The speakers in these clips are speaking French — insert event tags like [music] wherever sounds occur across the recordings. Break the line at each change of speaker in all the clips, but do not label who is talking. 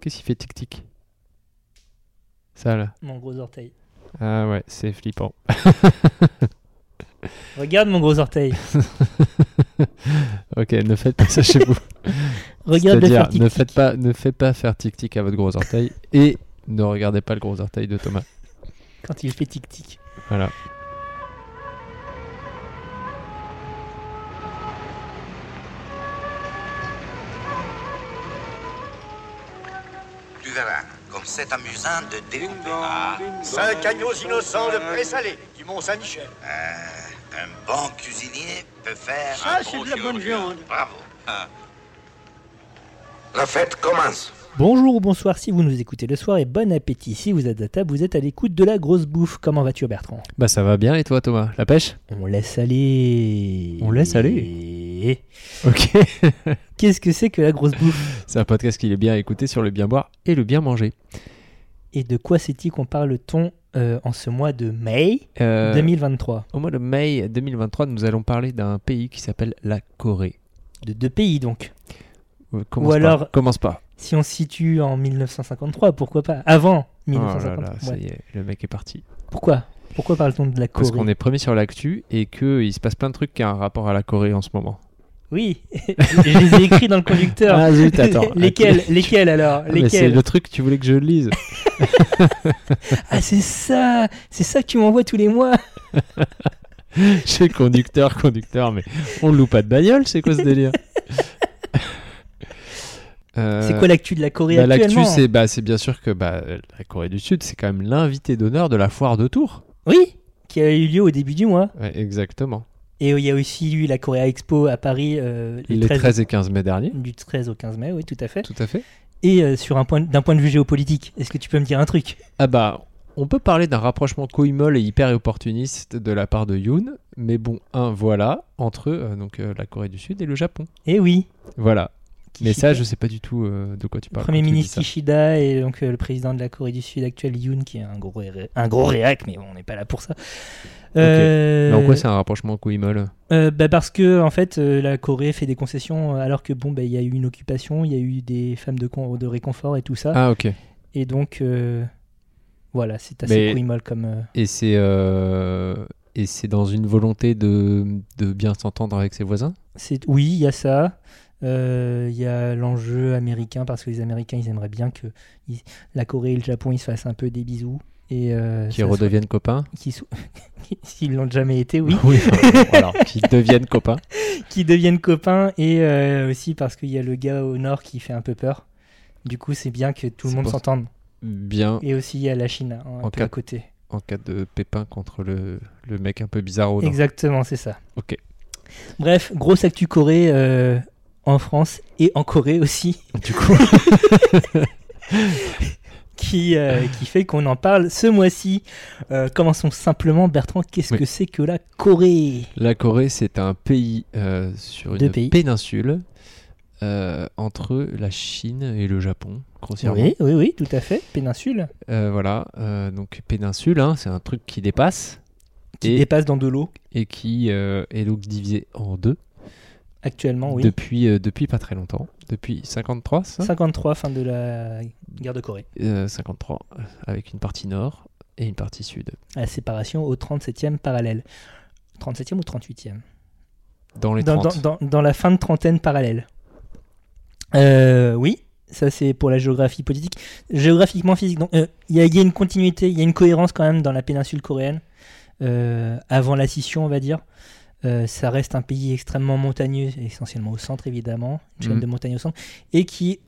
Qu'est-ce qu'il fait tic-tic Ça là.
Mon gros orteil.
Ah ouais, c'est flippant.
Regarde mon gros orteil.
ok, ne faites pas ça chez [laughs] vous.
Regarde le
C'est-à-dire,
faire tic-tic.
ne faites pas, ne faites pas faire tic-tic à votre gros orteil et ne regardez pas le gros orteil de Thomas.
Quand il fait tic-tic.
Voilà.
verras, comme c'est amusant de découper. Ah,
Cinq agneaux innocents de présalé du Mont-Saint-Michel.
un bon cuisinier peut faire
Ça,
un
c'est
bon
de la bonne
chirurgien.
viande.
Bravo. Ah. La fête commence.
Bonjour ou bonsoir si vous nous écoutez le soir et bon appétit. Si vous êtes à table, vous êtes à l'écoute de la grosse bouffe. Comment vas-tu Bertrand
Bah ça va bien et toi Thomas La pêche
On laisse aller.
On laisse aller. Ok. [laughs]
Qu'est-ce que c'est que la grosse bouffe
c'est un podcast qu'il est bien à écouter sur le bien boire et le bien manger.
Et de quoi c'est-il qu'on parle-t-on euh, en ce mois de mai
Euh,
2023
Au mois de mai 2023, nous allons parler d'un pays qui s'appelle la Corée.
De deux pays donc.
Euh, Commence pas,
alors-
Commence pas.
Si on se situe en 1953, pourquoi pas Avant
Oh là
1953.
là, ça
ouais.
y est, le mec est parti.
Pourquoi Pourquoi parle-t-on de la Corée
Parce qu'on est premier sur l'actu et qu'il se passe plein de trucs qui ont un rapport à la Corée en ce moment.
Oui, [laughs] je les ai écrits dans le conducteur.
Ah, zut, attends.
[laughs] lesquels
Ok.
Lesquels alors
Ah, mais c'est
Lesquels
le truc que tu voulais que je [laughs] lise.
Ah, c'est ça C'est ça que tu m'envoies tous les mois
Chez conducteur, conducteur, mais on loue pas de bagnole, c'est quoi ce délire [laughs] Euh,
C'est quoi l'actu de la Corée
bah,
actuellement
L'actu, c'est bah, c'est bien sûr que bah, la Corée du Sud, c'est quand même l'invité d'honneur de la foire de Tours.
Oui, qui a eu lieu au début du mois.
Ouais, exactement.
Et euh, il y a aussi eu la Korea Expo à Paris euh, les
Les
13
13 et 15 mai dernier.
du 13 au 15 mai, oui, tout à fait.
Tout à fait.
Et euh, sur un point, d'un point de vue géopolitique, est-ce que tu peux me dire un truc
Ah bah, on peut parler d'un rapprochement coïmol et hyper opportuniste de la part de Yoon, mais bon, un, voilà, entre euh, donc, euh, la Corée du Sud et le Japon.
Eh oui
Voilà. Mais
Kishida.
ça, je sais pas du tout euh, de quoi tu
Le
parles.
Premier
quand tu dis
ministre
ça.
Kishida et donc euh, le président de la Corée du Sud actuel Yoon, qui est un gros, ré- un gros réac, mais bon, on n'est pas là pour ça. Euh,
Mais en quoi c'est un rapprochement coïmol
euh, bah parce que en fait euh, la Corée fait des concessions euh, alors que bon bah, il y a eu une occupation, il y a eu des femmes de, con- de réconfort et tout ça
Ah, ok.
et donc euh, voilà c'est
Mais-
assez couille-molle comme euh,
Et c'est euh, et c'est dans une volonté de, de bien s'entendre avec ses voisins.
c'est oui il y a ça Euh, il y a l'enjeu américain parce que les Américains ils aimeraient bien que ils- la Corée et le Japon ils se fassent un peu des bisous et euh,
Qui
ça soit-
redeviennent copains.
qui [laughs] sou- s'ils l'ont jamais
[laughs]
été oui
enfin, voilà,
[laughs]
qui deviennent copains.
qui deviennent copains et euh, aussi parce qu'il y a le gars au nord qui fait un peu peur. Du coup, c'est bien que tout le
C'est
monde
pour-
s'entende.
Bien
Et aussi, il y a la Chine hein, un
En
peu
cas-
à côté.
en cas de pépin contre le, le mec un peu bizarre au nord.
Exactement, c'est ça.
Ok.
Bref, grosse actu Corée euh, en France et en Corée aussi.
[laughs] Du coup,
[laughs] Qui, euh, qui fait qu'on en parle ce mois-ci. Euh, commençons simplement, Bertrand, qu'est-ce
Oui.
que c'est que la Corée
la Corée, c'est un pays euh, sur
Deux
une
pays.
péninsule euh, entre la Chine et le Japon, grossièrement.
Oui, oui, oui, tout à fait. Péninsule
Euh, voilà, euh, donc péninsule, hein, c'est un truc qui dépasse
qui
Et-
dépasse dans de l'eau
et qui euh, est donc divisé en deux
actuellement, oui.
depuis, euh, depuis pas très longtemps, depuis 53, ça
53, fin de la guerre de Corée.
Euh, 53, euh, avec une partie nord et une partie sud.
à la séparation au 37e parallèle. 37e ou 38e
Dans les
dans,
30.
dans- dans- dans la fin de trentaine parallèle. Euh, oui, ça c'est pour la géographie politique. Géographiquement physique, donc euh, il y, a- il y a une continuité, il y a une cohérence quand même dans la péninsule coréenne, euh, avant la scission on va dire. Euh, ça reste un pays extrêmement montagneux, essentiellement au centre évidemment, une chaîne
Mhm.
de montagnes au centre, et qui,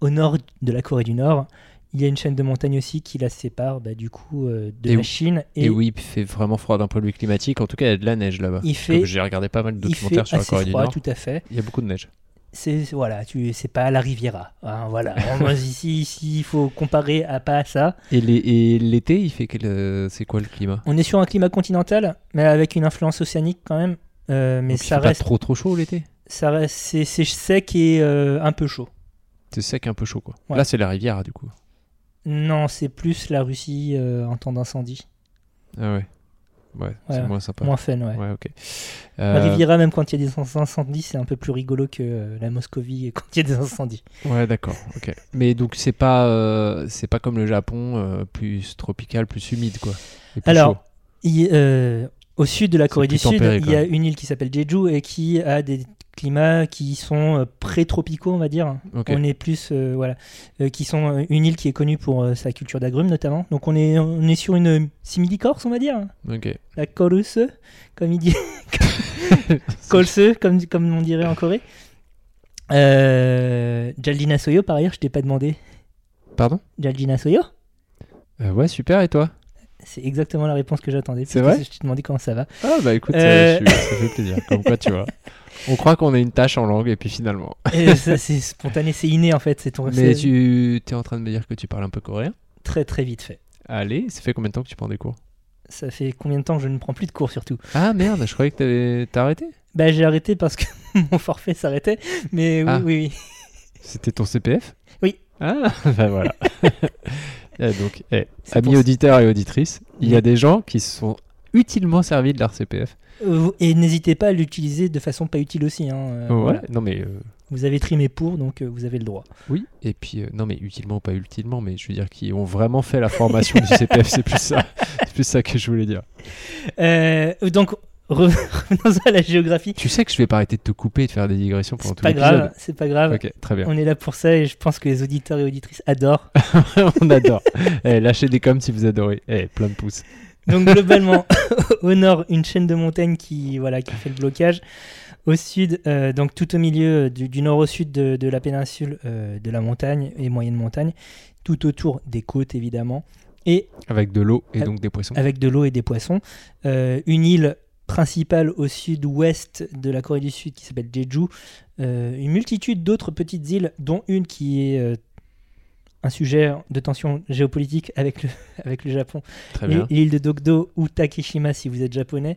au nord de la Corée du Nord, il y a une chaîne de montagnes aussi qui la sépare bah, du coup euh, de
Et
la
où-
Chine.
Et, oui, il fait vraiment froid d'un point de vue climatique. En tout cas, il y a de la neige là-bas.
il
Comme
fait,
J'ai regardé pas mal de
il fait
documentaires sur la
assez
Corée du
froid,
Nord.
tout à fait.
Il y a beaucoup de neige.
C'est voilà, tu c'est pas la Riviera. hein, voilà,
[laughs]
Moi, ici, ici, il faut comparer à pas à ça.
Et les- et l'été, il fait quel, euh, c'est quoi le climat
On est sur un climat continental, mais avec une influence océanique quand même. Euh, mais
Donc, il
ça
fait pas
reste,
trop trop chaud l'été
ça reste, c'est c'est sec et euh, un peu chaud.
C'est sec, un peu chaud quoi.
Ouais.
Là, c'est la rivière du coup.
Non, c'est plus la Russie euh, en temps d'incendie.
Ah ouais. Ouais, c'est
Ouais,
moins sympa.
Moins fun, ouais.
Ouais, ok.
La
Euh,
Riviera, même quand il y a des inc- incendies, c'est un peu plus rigolo que euh, la Moscovie quand il y a des incendies.
Ouais, d'accord. Ok. Mais donc c'est pas euh, c'est pas comme le Japon, euh, plus tropical, plus humide quoi. Et plus
Alors,
chaud.
Il- euh, au sud de la Corée
plus
du Sud,
tempéré, quand
il y a
même.
une île qui s'appelle Jeju et qui a des climats qui sont euh, pré-tropicaux, on va dire.
Ok.
On est plus, euh, voilà, euh, qui sont euh, une île qui est connue pour euh, sa culture d'agrumes notamment. Donc on est, on est sur une euh, simili-corse, on va dire.
Ok.
La Corse, comme
[laughs]
il dit, Corse, comme, comme on dirait en Corée. Euh, Jaldina Soyo, par ailleurs, je t'ai pas demandé.
Pardon
Jaldina Soyo
Euh, Ouais, super. Et toi
C'est exactement la réponse que j'attendais.
C'est
puisque
vrai
Je t'ai demandé comment ça va.
Ah bah écoute,
Euh.
ça, je suis- ça fait plaisir. Comme quoi, tu vois. On croit qu'on a une tâche en langue et puis finalement.
Euh, ça, c'est spontané, c'est inné en fait, c'est
[laughs]
ton
Mais
c'est
tu es en train de me dire que tu parles un peu coréen.
très très vite fait.
Allez, ça fait combien de temps que tu prends des cours
Ça fait combien de temps que je ne prends plus de cours surtout
Ah merde, je croyais que t'avais t'as arrêté.
Bah j'ai arrêté parce que [laughs] mon forfait s'arrêtait, mais oui,
Ah.
oui, oui.
C'était ton CPF
Oui.
Ah, [laughs] ben voilà. Eh, donc, eh,
C'est
amis
pour ça.
auditeurs et auditrices, il y a des gens qui se sont utilement servis de leur CPF.
Euh, Et n'hésitez pas à l'utiliser de façon pas utile aussi. hein, euh,
Ouais,
voilà.
Non mais euh,
Vous avez trimé pour, donc euh, vous avez le droit.
oui. Et puis euh, non mais utilement ou pas utilement, mais je veux dire qui ont vraiment fait la formation du CPF, c'est plus ça, c'est plus ça que je voulais dire.
Euh, donc [laughs] re- revenons à la géographie.
Tu sais que je vais pas arrêter de te couper et de faire des digressions pendant
C'est
tout
pas
l'épisode. Ah
grave, c'est pas grave.
Ok, très bien.
On est là pour ça et je pense que les auditeurs et auditrices adorent.
[laughs] On adore. Eh, lâchez des coms si vous adorez. Eh, plein de pouces.
Donc globalement, [laughs] au nord, une chaîne de montagnes qui, voilà, qui fait le blocage. Au sud, euh, donc tout au milieu, euh, du, du nord au sud de, de la péninsule euh, de la montagne et moyenne montagne, tout autour des côtes évidemment, et
Avec de l'eau et
Ah,
donc des poissons.
avec de l'eau et des poissons. Euh, une île principale au sud-ouest de la Corée du Sud qui s'appelle Jeju. Euh, une multitude d'autres petites îles, dont une qui est euh, un sujet de tension géopolitique avec le, [laughs] avec le Japon
Très bien.
L'île l'île de Dokdo ou Takeshima si vous êtes japonais,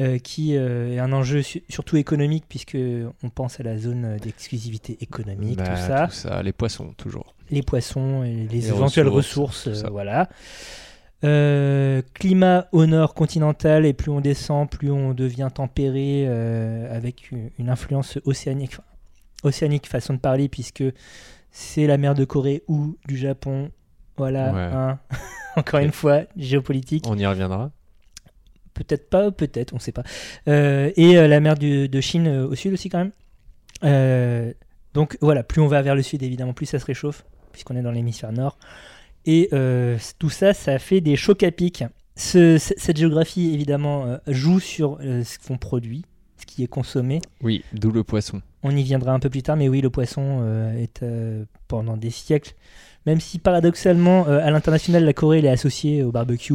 euh, qui euh, est un enjeu su- surtout économique puisque on pense à la zone d'exclusivité économique,
Bah,
tout ça,
tout ça, les poissons toujours.
les poissons, et les,
Les
éventuelles
ressources,
ressources,
tout ça.
euh, voilà. Euh, climat au nord continental et plus on descend, plus on devient tempéré euh, avec une, une influence océanique, enfin, océanique façon de parler puisque c'est la mer de Corée ou du Japon, voilà.
Ouais.
hein. [laughs] Encore
Ok.
une fois, géopolitique.
On y reviendra.
peut-être pas, peut-être, on sait pas. Euh, et euh, la mer du- de Chine euh, au sud aussi quand même. Euh, donc voilà, plus on va vers le sud, évidemment, plus ça se réchauffe, puisqu'on est dans l'hémisphère nord. Et euh, c- tout ça, ça fait des chocs à pic. Ce- c- cette géographie, évidemment, euh, joue sur euh, ce qu'on produit, ce qui est consommé.
Oui, d'où le poisson.
On y viendra un peu plus tard, mais oui, le poisson euh, est euh, pendant des siècles. Même si paradoxalement, euh, à l'international, la Corée elle est associée au barbecue,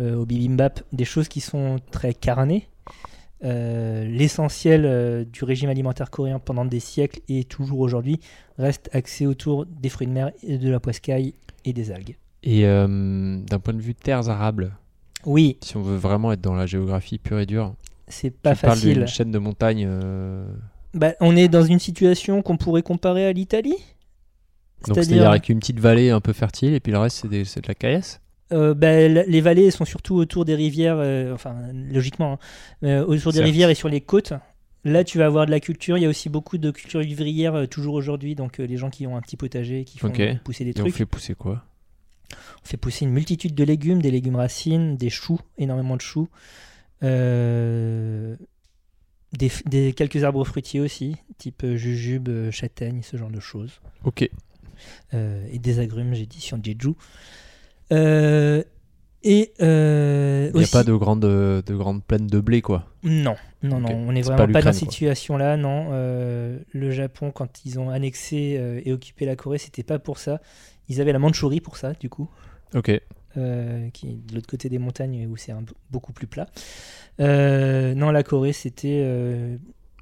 euh, au bibimbap, des choses qui sont très carnées. Euh, L'essentiel euh, du régime alimentaire coréen pendant des siècles et toujours aujourd'hui reste axé autour des fruits de mer, et de la poiscaille et des algues.
Et euh, d'un point de vue terres arables,
Oui,
si on veut vraiment être dans la géographie pure et dure,
c'est pas
tu parles
facile.
d'une chaîne de montagnes. euh,
Bah, on est dans une situation qu'on pourrait comparer à l'Italie
Donc c'est-à-dire avec une petite vallée un peu fertile et puis le reste c'est, des- c'est de la caillasse.
Euh, ben, la- les vallées sont surtout autour des rivières, euh, enfin logiquement, hein, euh, autour des
Certes.
rivières et sur les côtes. Là, tu vas avoir de la culture. Il y a aussi beaucoup de culture vivrière euh, toujours aujourd'hui. Donc, euh, les gens qui ont un petit potager, qui font
Ok.
euh, pousser des
Et on
trucs.
fait pousser quoi
On fait pousser une multitude de légumes, des légumes racines, des choux, énormément de choux, euh, des, f- des- quelques arbres fruitiers aussi, type euh, jujube, euh, châtaigne, ce genre de choses.
Ok.
Euh, et des agrumes, j'ai dit, sur Jeju. Euh, et euh,
Il n'y a
aussi-
pas de grande, euh, de grande plaine de blé quoi.
Non, non,
Ok.
non, on n'est
C'est pas
vraiment pas, dans
l'Ukraine,
cette
quoi.
situation-là, non. Euh, le Japon, quand ils ont annexé euh, et occupé la Corée, c'était pas pour ça. Ils avaient la Mandchourie pour ça, du coup,
Ok.
euh, qui est de l'autre côté des montagnes où c'est un b- beaucoup plus plat. Euh, non, la Corée, c'était euh,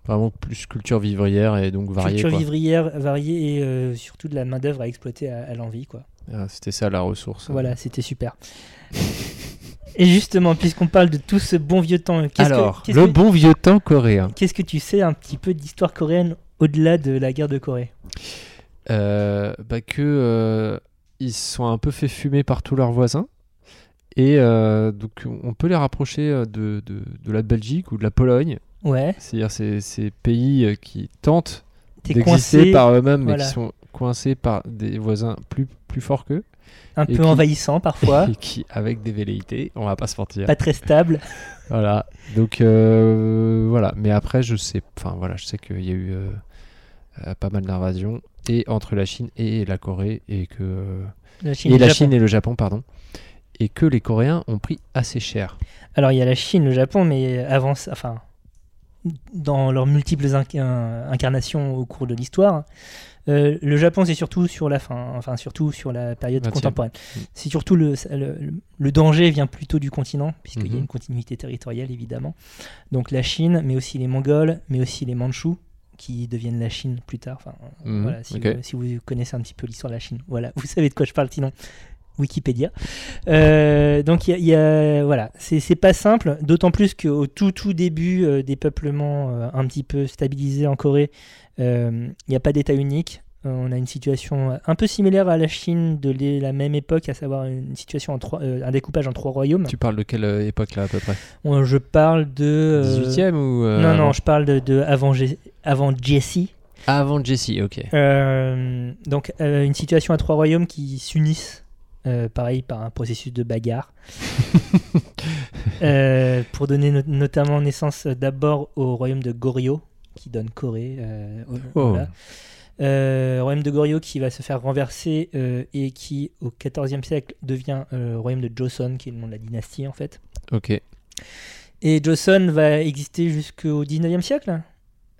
Vraiment plus culture vivrière et donc variée.
culture
quoi.
vivrière variée et euh, surtout de la main-d'œuvre à exploiter à, à l'envie, quoi.
Ah, c'était ça la ressource.
Voilà, c'était super. Et justement, puisqu'on parle de tout ce bon vieux temps, qu'est-ce que-
Alors,
qu'est-ce
le
que-
bon vieux temps coréen.
qu'est-ce que tu sais un petit peu d'histoire coréenne au-delà de la guerre de Corée
euh, bah, que euh, ils se sont un peu fait fumer par tous leurs voisins Et euh, donc, on peut les rapprocher euh, de, de- de la Belgique ou de la Pologne,
Ouais,
c'est-à-dire ces, ces pays euh, qui tentent
t'es
d'exister
coincé,
par eux-mêmes, mais
voilà.
qui sont coincés par des voisins plus, plus forts qu'eux,
un
et
peu
qui-
envahissant parfois,
[laughs] et qui, avec des velléités, on va pas se mentir.
pas très stable.
Voilà. Donc euh, voilà. Mais après, je sais. Enfin voilà, je sais qu'il y a eu euh, euh, pas mal d'invasions et entre la Chine et la Corée et que euh,
La Chine,
et
le
la
Japon.
Chine et le Japon, pardon, et que les Coréens ont pris assez cher.
Alors il y a la Chine, le Japon, mais avant, ça- enfin, dans leurs multiples inc- euh, incarnations au cours de l'histoire, euh, le Japon c'est surtout sur la fin, enfin surtout sur la période
Vingtième.
contemporaine.
Mm.
C'est surtout le, le, le danger vient plutôt du continent puisqu'il y
Mhm.
a une continuité territoriale évidemment. Donc la Chine, mais aussi les Mongols, mais aussi les Mandchous qui deviennent la Chine plus tard. Enfin, euh,
Mhm,
voilà, si,
ok.
vous, si vous connaissez un petit peu l'histoire de la Chine, voilà, [laughs] vous savez de quoi je parle, sinon Wikipédia. Euh, donc il y a- il y a- voilà, c'est c'est pas simple, d'autant plus qu'au tout tout début euh, des peuplements euh, un petit peu stabilisés en Corée, euh, il n'y a pas d'État unique. Euh, on a une situation euh, un peu similaire à la Chine de l'é- la même époque, à savoir une situation en trois, euh, un découpage en trois royaumes.
Tu parles de quelle euh, époque là à peu près
On- je parle de euh,
18e ou euh,
non non,
avant-
je parle de, de avant, Jé- avant Jesse.
avant Jesse, ok.
Euh, donc euh, une situation à trois royaumes qui s'unissent, euh, pareil par un processus de bagarre, Euh, pour donner no- notamment naissance euh, d'abord au royaume de Goryeo, qui donne Corée. euh, au-
Oh.
voilà. Euh, royaume de Goryeo qui va se faire renverser euh, et qui au XIVe siècle devient euh, royaume de Joseon, qui est le nom de la dynastie en fait.
Ok.
Et Joseon va exister jusqu'au XIXe siècle.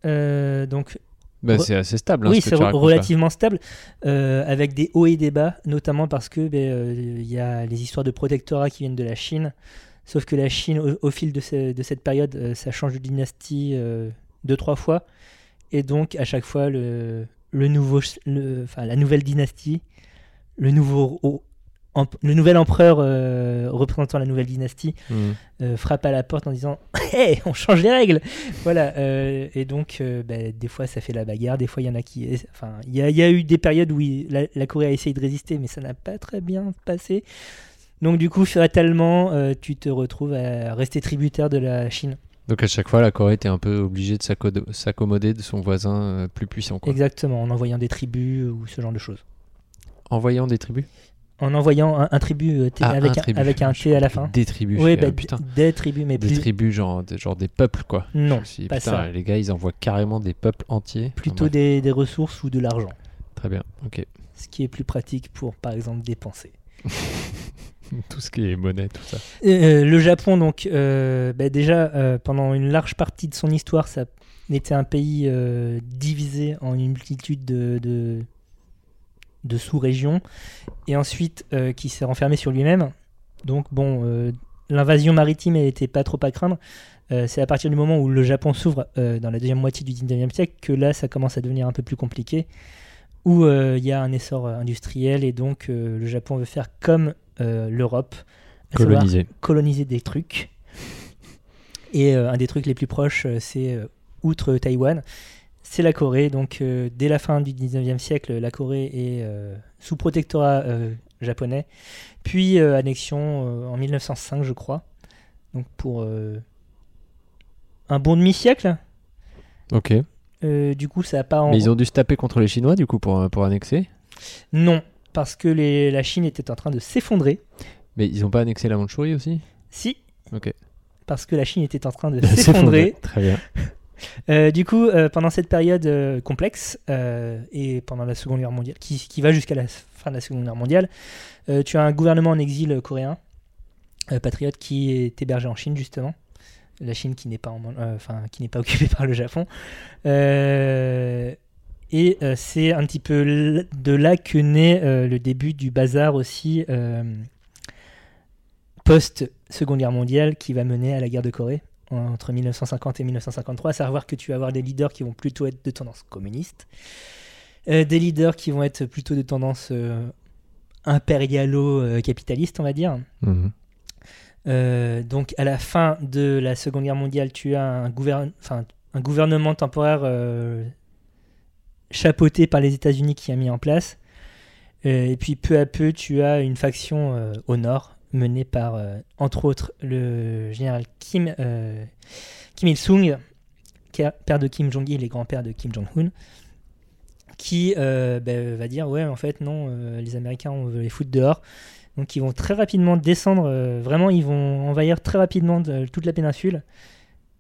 Euh, donc
Bah,
Re-
c'est assez stable. hein,
oui,
ce que
c'est
tu
re-
racontes, là.
relativement stable, euh, avec des hauts et des bas, notamment parce que ben, euh, il y a les histoires de protectorat qui viennent de la Chine. Sauf que la Chine, au, au fil de, ce- de cette période, euh, ça change de dynastie euh, deux trois fois, et donc à chaque fois le, le nouveau, ch- le- enfin la nouvelle dynastie, le nouveau ro- emp- le nouvel empereur euh, représentant la nouvelle dynastie
Mhm.
euh, frappe à la porte en disant [laughs] Hey, on change les règles Voilà. euh, et donc, euh, bah, des fois, ça fait la bagarre. Des fois, il y en a qui. Enfin, il y, a- il y a eu des périodes où il- la, la Corée a essayé de résister, mais ça n'a pas très bien passé. Donc, du coup, fatalement, euh, tu te retrouves à rester tributaire de la Chine.
Donc à chaque fois, la Corée était un peu obligée de s'accodo- s'accommoder de son voisin euh, plus puissant, quoi.
Exactement, en envoyant des tribus ou ce genre de choses.
En voyant des tribus.
En envoyant un, un tribut euh, T-
Ah, un
avec, un,
tribut.
avec un T à la fin.
Des tribus.
Oui,
je fais,
bah,
ah, putain.
des tribus, mais
Des
plus.
tribus, genre, des- genre des peuples, quoi. Je
Non,
me suis dit,
pas
putain,
ça.
les gars, ils envoient carrément des peuples entiers. Enfin,
Plutôt
bref,
des- des ressources ou de l'argent.
Très bien, ok.
ce qui est plus pratique pour, par exemple, dépenser.
Tout ce qui est monnaie, tout ça.
Euh, le Japon, donc, euh, bah, déjà, euh, pendant une large partie de son histoire, ça était un pays euh, divisé en une multitude de, de, de sous-régions, et ensuite euh, qui s'est renfermé sur lui-même. Donc, bon, euh, l'invasion maritime n'était pas trop à craindre. Euh, c'est à partir du moment où le Japon s'ouvre euh, dans la deuxième moitié du 19e siècle que là, ça commence à devenir un peu plus compliqué, où euh, il y a un essor euh, industriel, et donc euh, le Japon veut faire comme euh, l'Europe. à savoir
Colonisé.
coloniser des trucs. Et euh, un des trucs les plus proches, euh, c'est euh, outre Taïwan, c'est la Corée. Donc euh, dès la fin du 19e siècle, la Corée est euh, sous protectorat euh, japonais, puis euh, annexion euh, en 1905, je crois. Donc pour euh, un bon demi-siècle.
Ok.
Euh, du coup, ça n'a pas en-
Mais ils ont dû se taper contre les Chinois, du coup, pour, euh, pour annexer.
Non, parce que les- la Chine était en train de s'effondrer.
Mais ils ont pas annexé la Mandchourie aussi
Si.
Ok.
Parce que la Chine était en
[laughs]
train de
C'est
s'effondrer.
Très bien.
Euh, du coup, euh, pendant cette période euh, complexe euh, et pendant la Seconde Guerre mondiale, qui, qui va jusqu'à la fin de la Seconde Guerre mondiale, euh, tu as un gouvernement en exil euh, coréen, euh, patriote, qui est hébergé en Chine justement. La Chine qui n'est pas, en- euh, enfin, qui n'est pas [laughs] occupée par le Japon. Euh, et euh, c'est un petit peu l- de là que naît euh, le début du bazar aussi euh, post-Seconde Guerre mondiale qui va mener à la guerre de Corée entre 1950 et 1953, à savoir que tu vas avoir des leaders qui vont plutôt être de tendance communiste, euh, des leaders qui vont être plutôt de tendance euh, impérialo-capitaliste, on va dire.
Mhm.
Euh, donc à la fin de la Seconde Guerre mondiale, tu as un, gouvern- enfin, un gouvernement temporaire euh, chapeauté par les États-Unis qui a mis en place. Euh, et puis peu à peu, tu as une faction euh, au nord, menée par, euh, entre autres, le général Kim, euh, Kim Il-sung, qui est père de Kim Jong-il et grand-père de Kim Jong-un, qui euh, bah, va dire Ouais, en fait, non, euh, les Américains, on veut les foutre dehors. Donc, ils vont très rapidement descendre, euh, vraiment, ils vont envahir très rapidement de- toute la péninsule,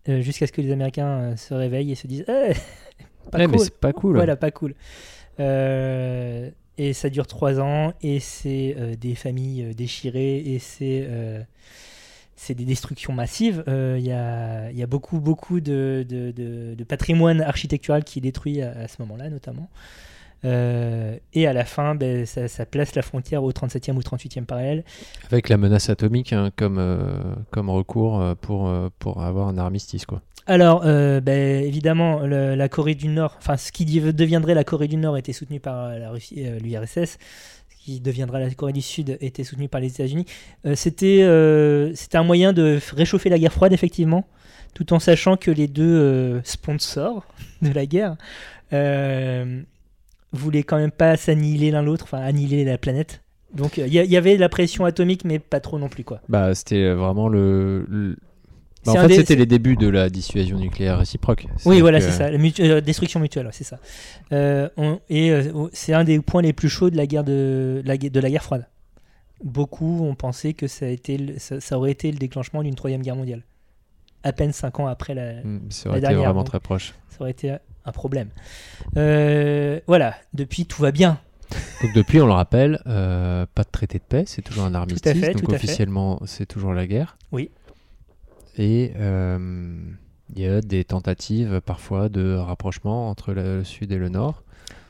euh, jusqu'à ce que les Américains euh, se réveillent et se disent Eh, [laughs] pas
Ouais, mais
cool.
c'est pas cool.
Voilà, pas cool. Euh, et ça dure trois ans, et c'est euh, des familles euh, déchirées, et c'est euh, c'est des destructions massives. Euh, Il y, a, il y a beaucoup, beaucoup de, de, de- de patrimoine architectural qui est détruit à, à ce moment-là, notamment. Euh, et à la fin, ben, ça, ça place la frontière au 37e ou 38e parallèle.
Avec la menace atomique hein, comme, euh, comme recours euh, pour, euh, pour avoir un armistice. Quoi.
Alors, euh, ben, évidemment, le- la Corée du Nord, enfin, ce qui dev- deviendrait la Corée du Nord était soutenu par euh, la Russie, euh, l'URSS. Ce qui deviendra la Corée du Sud était soutenu par les États-Unis. Euh, c'était, euh, c'était un moyen de f- réchauffer la guerre froide, effectivement, tout en sachant que les deux euh, sponsors [laughs] de la guerre euh, voulaient quand même pas s'annihiler l'un l'autre, enfin, annihiler la planète. Donc, euh, il y, a- il y avait la pression atomique, mais pas trop non plus, quoi.
Bah, c'était vraiment le. le- Bah,
C'est
en
un
fait,
des-
c'était
c'est-
les débuts de la dissuasion nucléaire réciproque.
Oui,
C'est-à-dire
voilà,
que-
c'est ça, la mutu- euh, destruction mutuelle, ouais, c'est ça. Euh, on- et euh, on- c'est un des points les plus chauds de la guerre de, la, gue- de la guerre froide. Beaucoup ont pensé que ça, a été le- ça, ça aurait été le déclenchement d'une troisième guerre mondiale. À peine cinq ans après la,
Mm, Ça aurait
La
été
dernière,
vraiment
donc.
très proche.
ça aurait été un problème. Euh, voilà, depuis tout va bien.
Donc depuis, on le rappelle, euh, pas de traité de paix, c'est toujours un armistice.
fait,
donc
tout à fait.
officiellement, c'est toujours la guerre.
Oui.
Et euh, il y a des tentatives parfois de rapprochement entre le sud et le nord,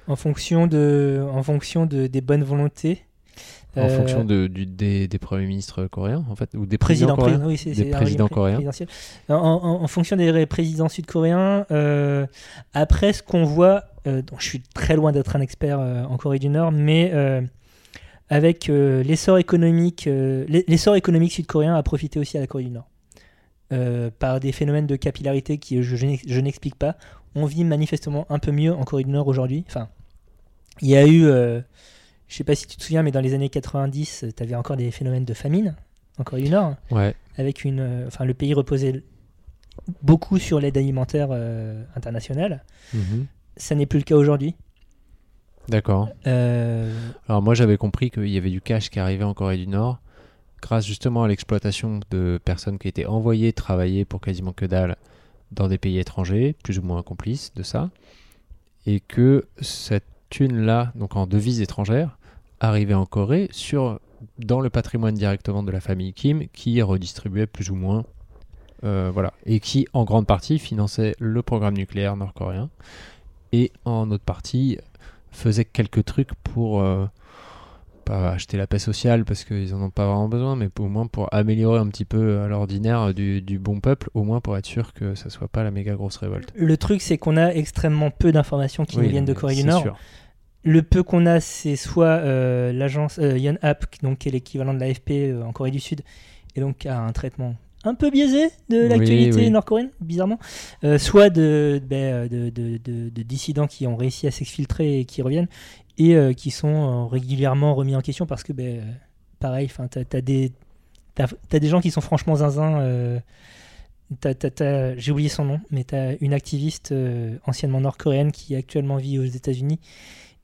En fonction, de, en fonction de, des bonnes volontés.
en
euh,
fonction de, du- des, des premiers ministres coréens, en fait, ou des présidents
président,
coréens.
président, oui, c'est-
Des
c'est un
présidents
régime pré-
coréens.
présidentiel. En, en- en fonction des ré- présidents sud-coréens, euh, après ce qu'on voit, euh, donc je suis très loin d'être un expert euh, en Corée du Nord, mais euh, avec euh, l'essor économique, euh, l'e- l'essor économique sud-coréen a profité aussi à la Corée du Nord. Euh, par des phénomènes de capillarité qui je, je n'ex- je n'explique pas. On vit manifestement un peu mieux en Corée du Nord aujourd'hui. Enfin, il y a eu, euh, je sais pas si tu te souviens, mais dans les années 90, tu avais encore des phénomènes de famine en Corée du Nord
Ouais.
avec une, euh, enfin le pays reposait l- beaucoup sur l'aide alimentaire euh, internationale.
Mhm.
Ça n'est plus le cas aujourd'hui.
D'accord.
Euh,
Alors moi, j'avais compris qu'il y avait du cash qui arrivait en Corée du Nord grâce justement à l'exploitation de personnes qui étaient envoyées travailler pour quasiment que dalle dans des pays étrangers, plus ou moins complices de ça, et que cette thune-là, donc en devise étrangère, arrivait en Corée sur, dans le patrimoine directement de la famille Kim, qui redistribuait plus ou moins, euh, voilà, et qui en grande partie finançait le programme nucléaire nord-coréen, et en autre partie faisait quelques trucs pour... euh, pas acheter la paix sociale parce qu'ils en ont pas vraiment besoin, mais au moins pour améliorer un petit peu à l'ordinaire du, du bon peuple, au moins pour être sûr que ça soit pas la méga grosse révolte.
le truc, c'est qu'on a extrêmement peu d'informations qui nous
Oui,
viennent de
non,
Corée du
c'est
Nord.
sûr.
Le peu qu'on a, c'est soit euh, l'agence euh, Yonhap, qui- donc qui est l'équivalent de l'AFP euh, en Corée du Sud, et donc a un traitement un peu biaisé de
Oui,
l'actualité
oui.
nord-coréenne, bizarrement, Euh, soit de, ben, euh, de, de- de- de dissidents qui ont réussi à s'exfiltrer et qui reviennent, et euh, qui sont euh, régulièrement remis en question parce que, ben, euh, pareil, 'fin, t'as as des, t'as- t'as des gens qui sont franchement zinzin. euh, t'as- t'as- t'as- J'ai oublié son nom, mais t'as une activiste euh, anciennement nord-coréenne qui actuellement vit aux États-Unis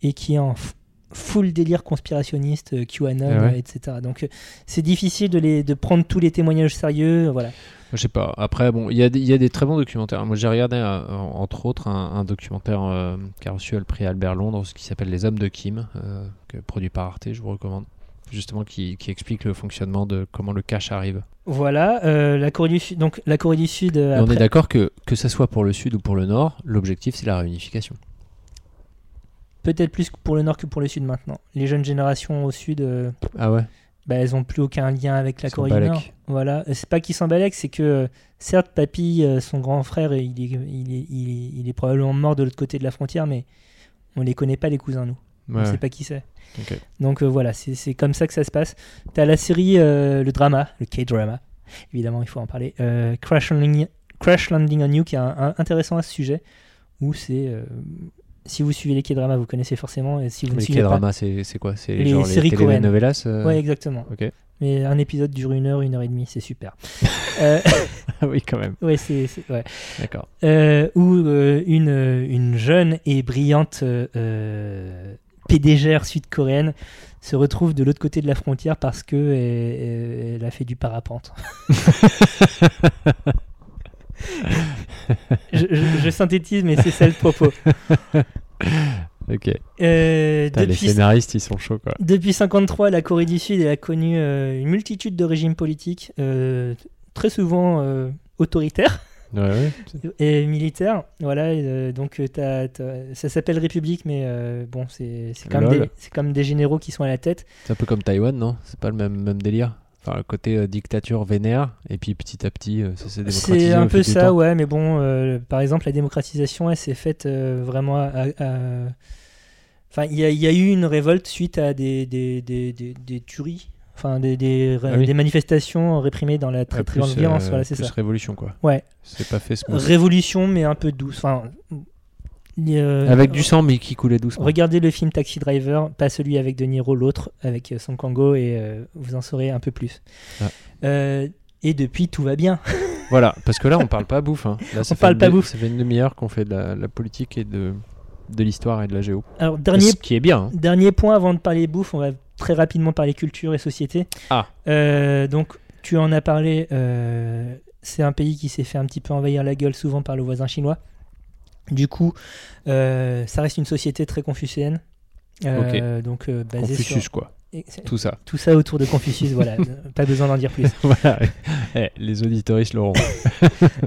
et qui est en f- full délire conspirationniste, euh, QAnon,
Ah ouais.
euh, etc. Donc euh, c'est difficile de, les, de prendre tous les témoignages sérieux. euh, Voilà.
Je sais pas. Après, bon, il y, a des- il y a des très bons documentaires. Moi, j'ai regardé, euh, en- entre autres, un, un documentaire euh, qui a reçu le prix Albert Londres, ce qui s'appelle Les Hommes de Kim, euh, que- produit par Arte, je vous recommande. Justement, qui, qui explique le fonctionnement de comment le cash arrive.
Voilà, euh, la Corée du Sud. Donc la Corée du Sud. euh,
Et on
après-
est d'accord que, que ça soit pour le sud ou pour le nord, l'objectif, c'est la réunification.
peut-être plus pour le Nord que pour le Sud maintenant. Les jeunes générations au Sud, euh,
Ah ouais
bah, elles n'ont plus aucun lien avec la
Ils
Corée
s'en
du
balèquent.
Nord. Voilà. Euh, C'est pas qu'ils s'en balèquent, c'est que euh, certes, papy, euh, son grand frère, il est, il, est, il est- il est probablement mort de l'autre côté de la frontière, mais on les connaît pas, les cousins, nous. On
Ouais,
sait pas qui c'est.
Ok.
Donc euh, voilà, c'est c'est comme ça que ça se passe. T'as la série, euh, le drama, le K-drama, évidemment, il faut en parler. euh, Crash, Landing, Crash Landing on You, qui est un- un- intéressant à ce sujet, où c'est. euh, si vous suivez les K-dramas, vous connaissez forcément, et si vous ne
Les
suivez pas.
K-dramas, c'est c'est quoi C'est
Les
genre
séries
les
coréennes.
telenovelas euh,
Ouais, exactement.
Ok.
Mais un épisode dure une heure, une heure et demie, c'est super. [laughs] euh,
[laughs] Ah oui, quand même.
ouais, c'est, c'est- ouais.
D'accord.
Euh, où euh, une, euh, une jeune et brillante euh, euh, PDGère sud-coréenne se retrouve de l'autre côté de la frontière parce que euh, euh, elle a fait du
[laughs]
parapente. je, je- je synthétise, mais c'est ça le propos.
Ok.
Euh,
Putain, les
depuis
scénaristes, ils sont chauds, quoi.
Depuis 1953, la Corée du Sud elle a connu euh, une multitude de régimes politiques, euh, très souvent euh,
[laughs]
autoritaires
Ouais, ouais.
et militaires. Voilà, euh, donc euh, t'as- t'as- ça s'appelle République, mais euh, bon, c'est c'est quand, même
Lol.
des- c'est quand même des généraux qui sont à la tête.
C'est un peu comme Taïwan, non C'est pas le même, même délire Enfin, le côté euh, dictature vénère, et puis petit à petit, euh, ça s'est démocratisé.
C'est
au
un
fil
peu
du
ça,
temps.
ouais, mais bon, euh, par exemple, la démocratisation, elle s'est faite euh, vraiment à. à- à- Enfin, il y, a- il y a eu une révolte suite à des, des, des, des- des tueries, enfin, des, des,
Ah oui.
des manifestations réprimées dans la
Ouais,
très très
plus,
grande violence,
euh,
voilà, c'est
plus
ça.
révolution, quoi.
Ouais.
C'est pas fait ce
Révolution, mais un peu douce. Enfin, euh,
Avec du sang, mais qui coulait doucement.
Regardez le film Taxi Driver, pas celui avec De Niro, l'autre avec euh, Son Kango, et euh, vous en saurez un peu plus.
Ah.
Euh, et depuis, tout va bien.
Voilà, parce que là, on parle pas bouffe. Hein. Là, ça
On
fait
parle
une
pas
dé-
bouffe.
Ça fait une demi-heure qu'on fait de la, la politique et de, de l'histoire et de la géo.
Alors, dernier
Ce qui est bien. hein.
Dernier point avant de parler bouffe, on va très rapidement parler culture et société.
Ah.
Euh, donc, tu en as parlé, euh, c'est un pays qui s'est fait un petit peu envahir la gueule souvent par le voisin chinois. Du coup, euh, ça reste une société très confucéenne. Euh, Donc, euh, basée
Confucius,
sur.
quoi.
Et c'est-
Tout ça.
Tout ça autour de Confucius, voilà, pas besoin d'en dire plus.
[laughs] voilà. Eh, les auditoristes l'auront.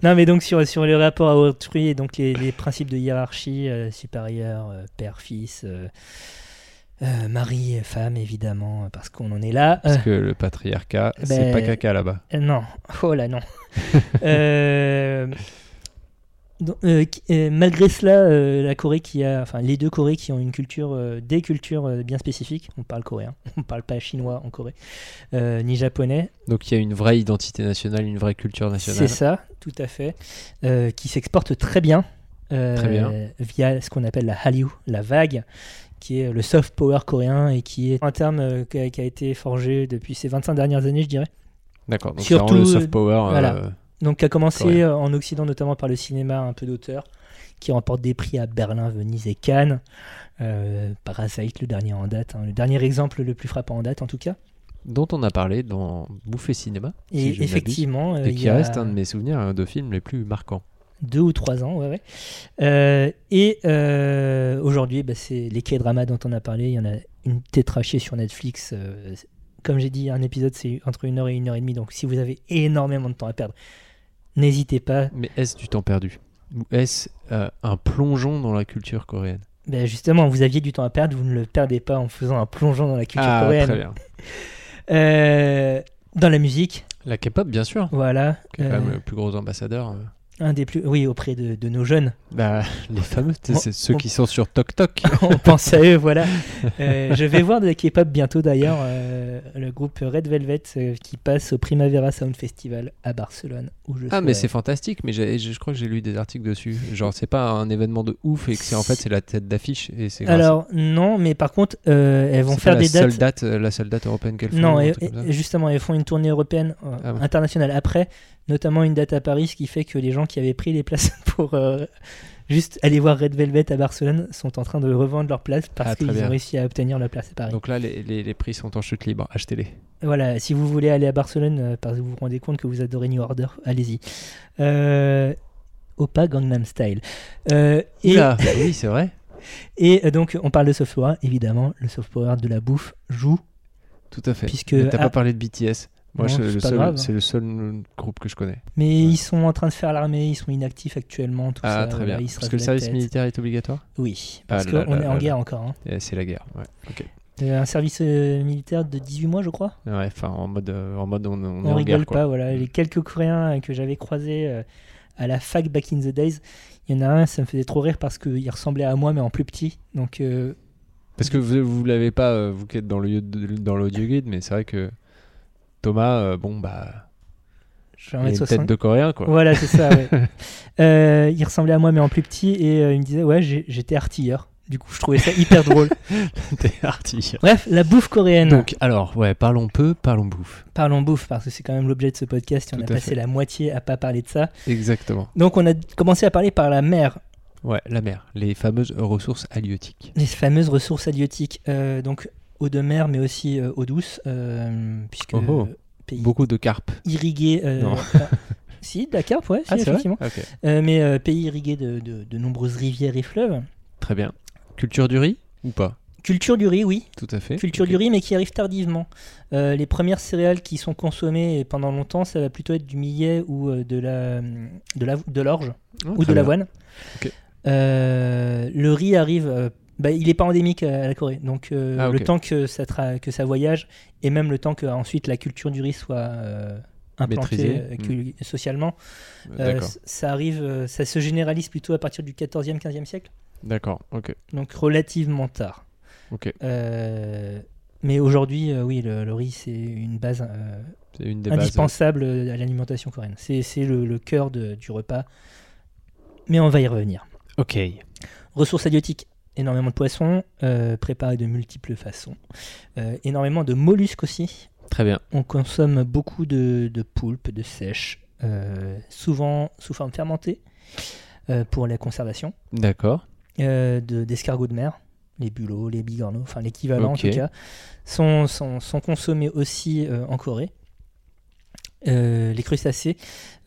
Non, mais donc sur, sur les rapports à autrui et donc les, les principes de hiérarchie euh, supérieure, euh, père-fils, euh, euh, mari et femme, évidemment, parce qu'on en est là. Euh,
Parce que le patriarcat, c'est
ben,
pas caca là-bas.
Euh, Non, oh
[laughs]
là non. Euh, donc, euh, qui- euh, malgré cela, euh, la Corée qui a, enfin les deux Corées qui ont une culture, euh, des cultures euh, bien spécifiques. On parle coréen, [laughs] on parle pas chinois en Corée, euh, ni japonais.
Donc il y a une vraie identité nationale, une vraie culture
C'est
nationale.
ça, tout à fait, euh, qui s'exporte très bien, euh,
Très bien.
via ce qu'on appelle la Hallyu, la vague, qui est le soft power coréen et qui est un terme euh, qui a- qui a été forgé depuis ces 25 dernières années, je dirais.
D'accord. Donc c'est
Surtout,
vraiment le soft power.
voilà.
euh,
Donc, qui a commencé
Coréen.
euh, en Occident, notamment par le cinéma un peu d'auteur, qui remporte des prix à Berlin, Venise et Cannes. Euh, Parasite, le dernier en date, hein, le dernier exemple le plus frappant en date en tout cas.
dont on a parlé dans Bouffée Cinéma.
Et
si je ne m'abuse,
effectivement, euh,
Et
il
qui
y a
reste un de mes souvenirs euh, de films les plus marquants.
deux ou trois ans, ouais, ouais. Euh, et euh, aujourd'hui, bah, c'est les K-dramas dont on a parlé. Il y en a une tétrachée sur Netflix. euh, c'est- comme j'ai dit, un épisode c'est entre une heure et une heure et demie. Donc, si vous avez énormément de temps à perdre, n'hésitez pas.
Mais est-ce du temps perdu Ou est-ce euh, un plongeon dans la culture coréenne
Ben justement, vous aviez du temps à perdre, vous ne le perdez pas en faisant un plongeon dans la culture
Ah,
coréenne.
très bien.
Euh, dans la musique,
La K-pop, bien sûr,
voilà.
qui est quand
Euh,
même le plus gros ambassadeur. euh.
un des plus, oui, auprès de, de nos jeunes. [laughs]
Bah, [laughs] les fameux, tu sais,
on-
c'est ceux
on-
qui sont sur Tok Tok.
On pense à
[laughs]
eux, voilà. Euh, je vais voir de la K-pop bientôt d'ailleurs, euh, le groupe Red Velvet euh, qui passe au Primavera Sound Festival à Barcelone où je
Ah, mais c'est
serai.
fantastique, mais j'ai- je crois que j'ai lu des articles dessus. Genre, c'est pas un événement de ouf et que c'est en fait c'est la tête d'affiche. et c'est grâce-
Alors non, mais par contre, euh, elles vont
c'est pas
faire
la
des dates.
Seule date, euh, la seule date européenne qu'elles font.
Non,
ou un
et-
truc comme ça.
et justement, elles font une tournée européenne, euh,
Ah bon.
internationale après, notamment une date à Paris, ce qui fait que les gens qui avaient pris les places [laughs] pour euh, juste aller voir Red Velvet à Barcelone sont en train de revendre leurs places parce
Ah, très
qu'ils
bien.
ont réussi à obtenir leur place à Paris.
Donc là, les, les- les prix sont en chute libre. Achetez-les.
Voilà, si vous voulez aller à Barcelone, euh, parce que vous vous rendez compte que vous adorez New Order, allez-y. Euh, Opa Gangnam Style. Euh, et,
Oula, bah oui, c'est vrai.
et euh, donc, on parle de soft power, évidemment, le soft power de la bouffe joue.
Tout à fait.
Puisque-
Mais T'as
ah.
pas parlé de BTS. Moi,
Non,
je-
c'est
le
pas
seul-
grave.
c'est le seul groupe que je connais.
Mais ils sont en train de faire l'armée, ils sont inactifs actuellement, tout
ah,
ça.
très
voilà,
bien.
ils se
Parce
rasent
que le
la
service
tête.
militaire est obligatoire
Oui,
Ah
parce
là
qu'on
là
est en
là
guerre
là.
encore. hein.
Et C'est la guerre. Ouais. Ok.
Euh, un service euh, militaire de 18 mois, je crois.
Ouais, enfin, en mode, euh, en mode on, on est
on
en
rigole
guerre. quoi. Mm.
pas. Voilà, les quelques Coréens euh, que j'avais croisés euh, à la fac back in the days, il y en a un, ça me faisait trop rire parce qu'il ressemblait à moi, mais en plus petit. Donc, euh,
Parce que vous, vous l'avez pas, euh, vous qui êtes dans le dans l'audio guide, mais c'est vrai que Thomas, euh, bon bah,
je suis
il a une
1m60.
tête de Coréen quoi. [laughs]
Voilà, c'est ça. ouais. Euh, il ressemblait à moi, mais en plus petit, et euh, il me disait, ouais, j'ai- j'étais artilleur. Du coup, je trouvais ça
[laughs]
hyper drôle.
T'es arty.
Bref, la bouffe coréenne.
Donc, alors, ouais, parlons peu, parlons bouffe.
Parlons bouffe, parce que c'est quand même l'objet de ce podcast et on
Tout
a
à
passé
fait.
la moitié à pas parler de ça.
Exactement.
Donc, on a commencé à parler par la mer,
Ouais, la mer, les fameuses ressources halieutiques.
les fameuses ressources halieutiques. euh, donc, eau de mer, mais aussi euh, eau douce, euh, puisque
Oh oh.
euh, pays
Beaucoup de carpes.
irrigué. euh, [laughs]
Non. [laughs]
enfin, si, de la carpe, ouais, si,
Ah, c'est vrai
effectivement.
Ok.
Euh, mais euh, pays irrigué de, de- de nombreuses rivières et fleuves.
Très bien. Culture du riz ou pas
Culture du riz, oui,
Tout à fait.
culture
Ok.
du riz, mais qui arrive tardivement. Euh, les premières céréales qui sont consommées pendant longtemps, ça va plutôt être du millet ou euh, de la de la- de l'orge
Ah,
ou
très
de
bien.
l'avoine.
Ok.
Euh, le riz arrive. euh, bah, il n'est pas endémique à la Corée, donc euh,
Ah, ok.
le temps que ça, tra- que ça voyage et même le temps que ensuite la culture du riz soit euh, implantée
Maîtrisée.
euh, cul- socialement,
Euh,
euh,
D'accord.
c- ça arrive, euh, ça se généralise plutôt à partir du 14e, 15e siècle,
D'accord. Ok.
donc relativement tard.
Ok.
Euh, mais aujourd'hui, euh, oui, le, le riz, c'est une base euh,
C'est une des bases.
indispensable euh, à l'alimentation coréenne. C'est c'est le, le cœur de- du repas. Mais on va y revenir.
Ok.
Ressources halieutiques, énormément de poissons, euh, préparés de multiples façons. Euh, énormément de mollusques aussi.
Très bien.
On consomme beaucoup de, de poulpes, de sèches, euh, souvent sous forme fermentée euh, pour la conservation.
D'accord.
euh, de- d'escargots de, mer, les bulots, les bigorneaux, enfin l'équivalent
Ok.
en tout cas, sont, sont, sont consommés aussi euh, en Corée. Euh, les crustacés,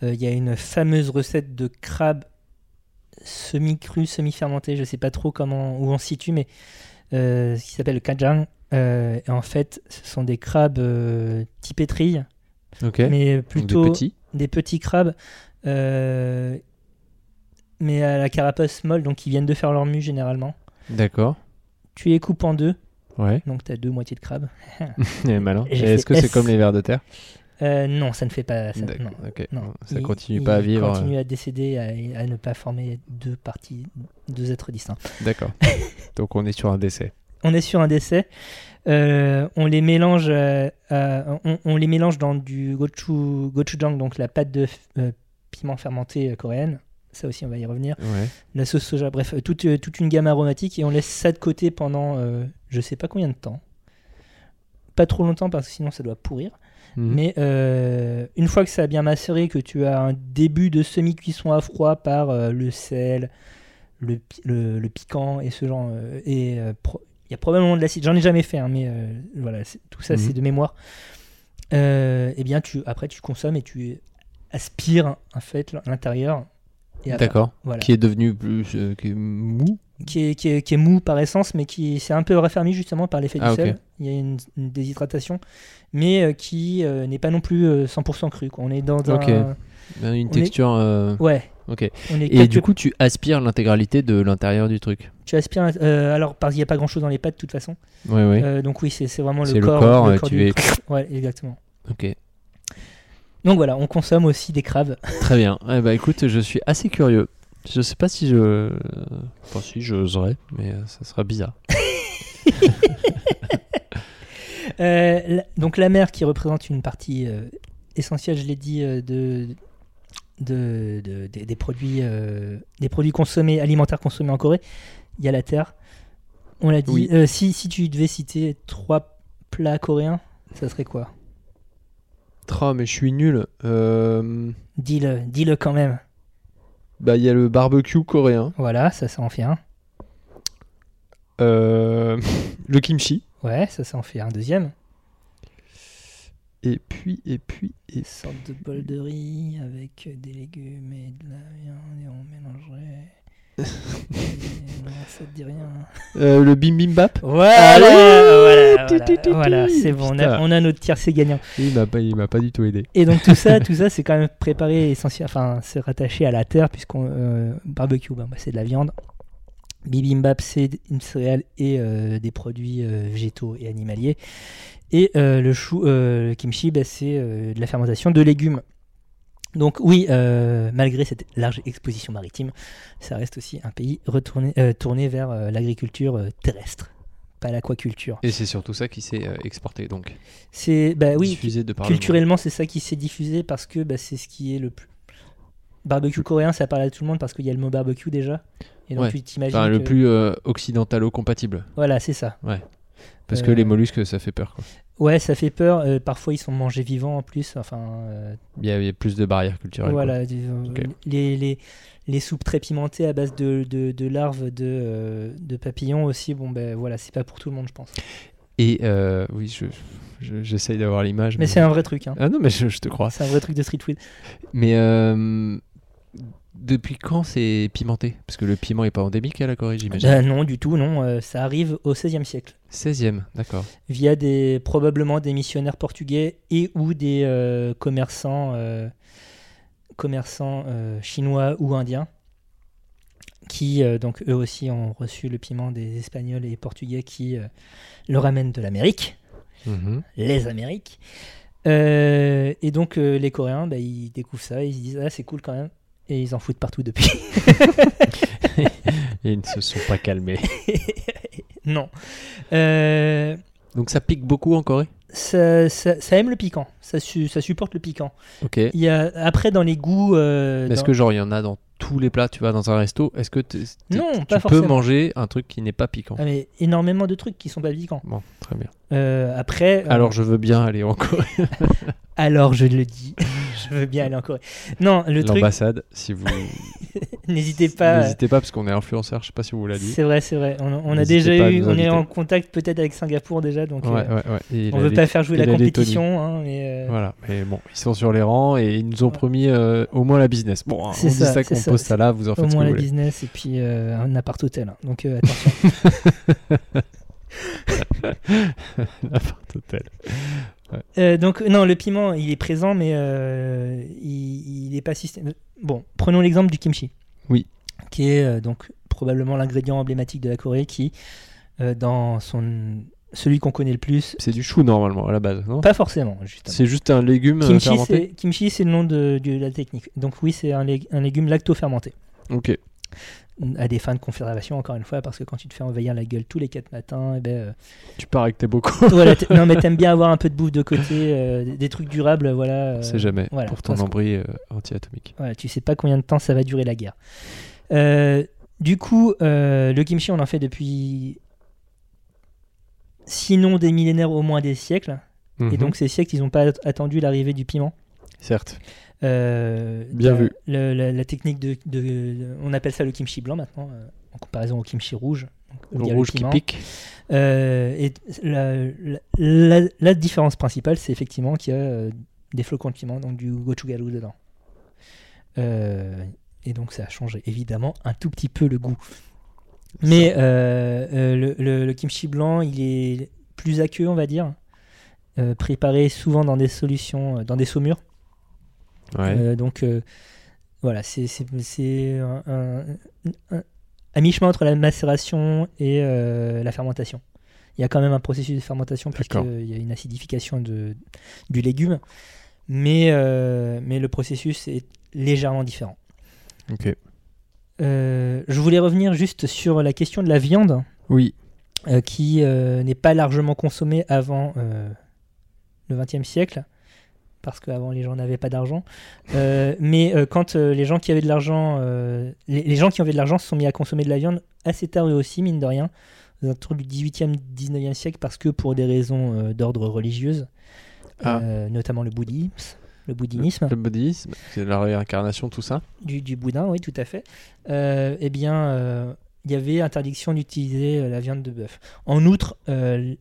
euh, il y a une fameuse recette de crabe semi-cru, semi-fermenté, je sais pas trop comment, où on se situe, mais euh, ce qui s'appelle le kajang. Euh, et en fait, ce sont des crabes euh, typés trilles,
Ok.
mais
Donc des
plutôt
petits.
des petits crabes, euh, mais à la carapace molle, donc ils viennent de faire leur mue généralement.
D'accord.
Tu les coupes en deux, [laughs]
Ouais.
donc tu as deux moitiés de crabe.
Et malin.
J'ai
Et
fait
Est-ce que c'est
S.
comme les vers de terre
Euh, non, ça ne fait pas ça.
D'accord,
Non.
ok.
non.
Ça
Il-
continue
il
pas à vivre.
continue à décéder, à, à ne pas former deux parties, deux êtres distincts.
euh,
[laughs]
D'accord. Donc on est sur un décès.
On est sur un décès. Euh, on les mélange, euh, à- on, on les mélange dans du gochu, gochujang, donc la pâte de f- euh, piment fermenté euh, coréenne. Ça aussi, on va y revenir.
Ouais.
la sauce soja, bref, euh, toute, euh, toute une gamme aromatique et on laisse ça de côté pendant euh, je sais pas combien de temps. Pas trop longtemps parce que sinon ça doit pourrir.
Mhm.
Mais euh, une fois que ça a bien macéré, que tu as un début de semi-cuisson à froid par euh, le sel, le, pi- le, le piquant et ce genre. euh, et il y a probablement de l'acide. J'en ai jamais fait, hein, mais euh, voilà, c'est- tout ça
Mhm.
c'est de mémoire. Euh, et bien, tu, après tu consommes et tu aspires en fait l'intérieur. Et après,
D'accord.
Voilà
Qui est devenu plus euh, qui est mou.
qui est, qui est- qui est mou par essence, mais qui c'est un peu raffermi justement par l'effet
Ah,
du
ok.
sel. Il y a une, une déshydratation, mais euh, qui euh, n'est pas non plus euh, 100% cru. quoi. On est dans un.
Ok. hein, Une
On est-
texture. euh,
Ouais.
Ok.
On est
Et
quelques-
du coup, tu aspires l'intégralité de l'intérieur du truc.
tu aspires. à- euh, alors, parce qu'il n'y a pas grand chose dans les pattes de toute façon.
Ouais, ouais.
Euh, donc, oui, c'est c'est vraiment
c'est
le corps.
euh,
corps
tu
du-
es.
Ouais, exactement.
Ok.
Donc voilà, on consomme aussi des crabes.
[laughs] Très bien. Eh ben, écoute, je suis assez curieux. Je sais pas si je. Enfin, si j'oserais, mais euh, ça sera bizarre.
Euh, la- donc, la mer qui représente une partie euh, essentielle, je l'ai dit, euh, de. de- de- des, des produits, euh, des produits consommés, alimentaires consommés en Corée, il y a la terre. On l'a dit.
Oui.
Euh, si, si tu devais citer trois plats coréens, ça serait quoi
Oh, mais je suis nul. Euh,
Dis-le, dis-le quand même.
Bah, il y a le barbecue coréen,
Voilà, ça, ça en fait un.
euh, [laughs] le kimchi,
Ouais, ça, ça en fait un deuxième.
et puis, et puis, et
Une sorte de bol de riz avec des légumes et de la viande et on mélangerait. Et non, ça te dit rien.
Euh, le bim bim bap.
Voilà,
Allez
voilà,
Tu, tu, tu, tu.
voilà, c'est bon, on a,
Putain.
on a notre tiers, c'est gagnant.
Il m'a pas, il m'a pas du tout aidé.
Et donc tout ça, tout ça, c'est quand même préparé essentiel, enfin, c'est rattaché à la terre puisqu'on euh, barbecue, ben, ben, c'est de la viande. Bibimbap, c'est une céréale et euh, des produits euh, végétaux et animaliers. Et euh, le chou, euh, le kimchi, ben, c'est euh, de la fermentation de légumes. Donc oui, euh, malgré cette large exposition maritime, ça reste aussi un pays retourné, euh, tourné vers euh, l'agriculture euh, terrestre, pas l'aquaculture.
Et c'est surtout ça qui s'est euh, exporté, donc.
C'est bah oui,
diffusé de par le monde.
culturellement c'est ça qui s'est diffusé parce que bah, c'est ce qui est le plus barbecue coréen, ça parle à tout le monde parce qu'il y a le mot barbecue déjà. Et donc
Ouais.
tu t'imagines.
Enfin, le
que-
plus euh, occidentalo-compatible.
Voilà, c'est ça.
Parce que
Euh,
les mollusques, ça fait peur. quoi.
Ouais, ça fait peur. euh, parfois, ils sont mangés vivants en plus. Enfin, euh,
Il y, a, il y a plus de barrières culturelles. quoi.
voilà. des- euh,
Ok.
les, les, les soupes très pimentées à base de, de, de larves de, euh, de papillons aussi. Bon, ben voilà, c'est pas pour tout le monde, je pense.
Et euh, oui, je- je- j'essaye d'avoir l'image.
Mais c'est un vrai truc. Hein.
Ah non, mais je, je te crois.
C'est un vrai truc de street food.
Mais euh, depuis quand c'est pimenté Parce que le piment est pas endémique à la Corée, j'imagine.
Ben non, du tout, non. euh, ça arrive au XVIe siècle
16e, d'accord.
via des probablement des missionnaires portugais et ou des euh, commerçants euh, commerçants euh, chinois ou indiens qui euh, donc eux aussi ont reçu le piment des espagnols et portugais qui euh, le ramènent de l'Amérique
Mhm.
les Amériques. Euh, et donc euh, les Coréens, bah, ils découvrent ça, ils se disent ah c'est cool quand même, et ils en foutent partout depuis. [laughs]
Et ils ne se sont pas calmés.
non, Euh,
[laughs] Donc ça pique beaucoup en Corée
ça, ça- ça aime le piquant, ça, su- ça supporte le piquant.
Ok. Mais
Il y a après dans les goûts. euh,
Est-ce
dans-
que genre il y en a dans tous les plats Tu vas dans un resto, est-ce que t'es- t'es-
non,
tu
pas
peux
forcément.
manger un truc qui n'est pas piquant
Ah, mais énormément de trucs qui sont pas piquants.
Bon, très bien.
Euh, après, euh,
Alors je veux bien aller en Corée.
alors je le dis, [laughs] je veux bien aller en Corée. Non, le truc,
L'ambassade, si vous
n'hésitez [laughs] pas.
N'hésitez pas parce qu'on est influenceur, je sais pas si on vous l'a dit.
C'est vrai, c'est vrai. On, on a
N'hésitez
déjà
pas à
eu,
nous
on est
inviter.
en contact peut-être avec Singapour déjà, donc euh,
Ouais, ouais, ouais. Et
on
la
veut
Lett-
pas faire jouer
et
la
la Lettonie.
compétition, hein, mais euh,
Voilà, mais bon, ils sont sur les rangs et ils nous ont promis euh, au moins la business. Bon, hein, on
C'est
dit
ça,
ça
c'est
qu'on
ça,
pose ça là, vous en
au
faites ce que
moins
vous
la
voulez.
business et puis euh, un appart hôtel. hein.
[laughs]
Donc euh, attention.
L'appart hôtel.
Euh, donc non, le piment, il est présent, mais euh, il, il est pas systém- Bon, prenons l'exemple du kimchi.
Oui.
Qui est euh, donc probablement l'ingrédient emblématique de la Corée, qui euh, dans son celui qu'on connaît le plus,
C'est du chou normalement à la base, non
pas forcément justement.
C'est juste un légume euh,
Kimchi,
fermenté.
c'est- kimchi, c'est le nom de, de la technique. Donc oui, c'est un, lég- un légume lacto-fermenté.
Ok.
À des fins de conservation, encore une fois, parce que quand tu te fais envahir la gueule tous les 4 matins, eh ben,
Tu pars avec tes beaucoup.
euh, voilà,
[laughs]
t- non mais t'aimes bien avoir un peu de bouffe de côté, euh, des- des trucs durables, voilà. euh,
C'est jamais
voilà,
pour ton
parce que-
embrye euh, anti-atomique.
Voilà, tu sais pas combien de temps ça va durer la guerre. Euh, du coup, euh, le kimchi, on en fait depuis, sinon des millénaires, au moins des siècles. Et
Mhm.
donc ces siècles, ils n'ont pas at- attendu l'arrivée du piment.
certes.
Euh,
Bien
la-
vu.
le- la, la technique de, de- de- On appelle ça le kimchi blanc maintenant, euh, en comparaison au kimchi rouge. donc, où
Le
il y a
rouge qui
piment.
pique.
Euh, et la, la- la- la différence principale, c'est effectivement qu'il y a euh, des flocons de piment, donc du gochugaru dedans. Euh, et donc ça a changé évidemment un tout petit peu le goût. Mais euh, euh, le, le- le kimchi blanc, il est plus aqueux, on va dire, euh, préparé souvent dans des solutions, euh, dans des saumures.
Ouais.
Euh, donc euh, voilà, c'est- c'est c'est un, un- un- à mi-chemin entre la macération et euh, la fermentation. Il y a quand même un processus de fermentation
D'accord.
puisqu'il y a une acidification de, du légume, mais, euh, mais le processus est légèrement différent.
Ok.
Euh, je voulais revenir juste sur la question de la viande
Oui.
euh, qui euh, n'est pas largement consommée avant euh, le XXe siècle, parce qu'avant les gens n'avaient pas d'argent. Euh, mais euh, quand euh, les gens qui avaient de l'argent, euh, les, les gens qui avaient de l'argent se sont mis à consommer de la viande assez tard eux aussi, mine de rien, aux alentours du XVIIIe, XIXe siècle, parce que pour des raisons euh, d'ordre religieuse,
Ah.
euh, notamment le bouddhisme, le bouddhinisme
Le bouddhisme, c'est la réincarnation, tout ça.
du, du boudin, oui, tout à fait, euh, eh bien, euh, il y avait interdiction d'utiliser euh, la viande de bœuf. En outre, euh,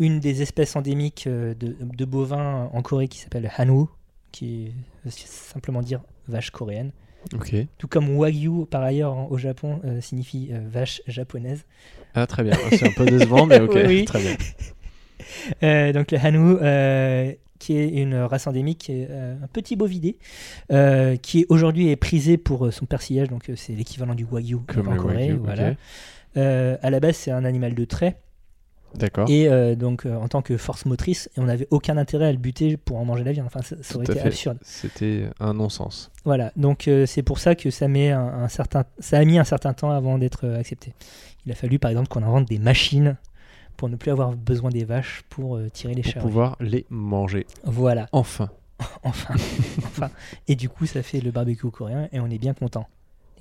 une des espèces endémiques euh, de, de bovins en Corée qui s'appelle hanu, qui veut simplement dire vache coréenne,
Ok.
tout comme wagyu, par ailleurs, en- au Japon, euh, signifie euh, vache japonaise.
Ah très bien. C'est un peu décevant, mais ok.
Oui, [laughs] oui.
Très bien.
Euh, donc le hanu, euh, qui est une race endémique, qui est, euh, un petit bovidé, euh, qui est- aujourd'hui est prisé pour euh, son persillage, donc euh, c'est l'équivalent du wagyu
Comme
en
le
Corée.
wagyu. ok.
voilà. Euh, à la base, c'est un animal de trait.
D'accord.
Et euh, donc, euh, en tant que force motrice, on n'avait aucun intérêt à le buter pour en manger la viande. Enfin, ça, ça aurait
Tout à
été
fait.
absurde.
C'était un non-sens.
Voilà. Donc, euh, c'est pour ça que ça, met un, un certain... ça a mis un certain temps avant d'être euh, accepté. Il a fallu, par exemple, qu'on invente des machines pour ne plus avoir besoin des vaches pour euh, tirer les
Pour
charrues.
pouvoir les manger.
Voilà.
Enfin.
enfin, [laughs] enfin. Et du coup, ça fait le barbecue coréen et on est bien content.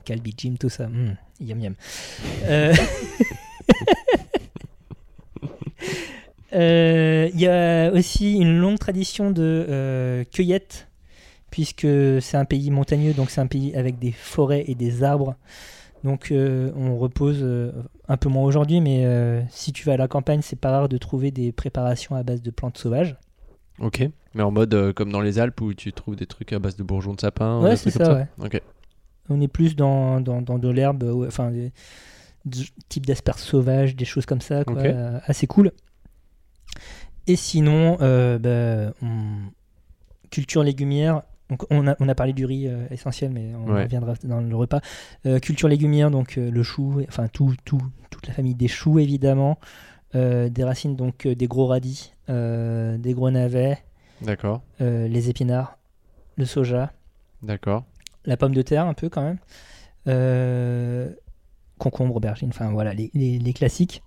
Calbi Jim, tout ça. Mm, yum yum. Euh, [laughs] euh, Il y a aussi une longue tradition de euh, cueillette, puisque c'est un pays montagneux, donc c'est un pays avec des forêts et des arbres. Donc euh, on repose euh, un peu moins aujourd'hui, mais euh, si tu vas à la campagne, c'est pas rare de trouver des préparations à base de plantes sauvages.
Ok. Mais en mode euh, comme dans les Alpes où tu trouves des trucs à base de bourgeons de sapin.
Ouais,
des
c'est
trucs comme
ça,
Ok.
On est plus dans, dans, dans de l'herbe, euh, ouais, enfin, des, des types d'asperges sauvages, des choses comme ça, quoi,
Ok.
euh, assez cool. Et sinon, euh, bah, on- culture légumière. Donc on a, on a parlé du riz euh, essentiel, mais on
Ouais.
reviendra dans le repas. Euh, culture légumière, donc euh, le chou, enfin tout, tout, toute la famille des choux évidemment, Euh, des racines donc euh, des gros radis, euh, des gros navets,
D'accord.
euh, les épinards, le soja,
D'accord.
la pomme de terre un peu quand même, Euh, concombre, aubergine, enfin voilà les, les- les classiques.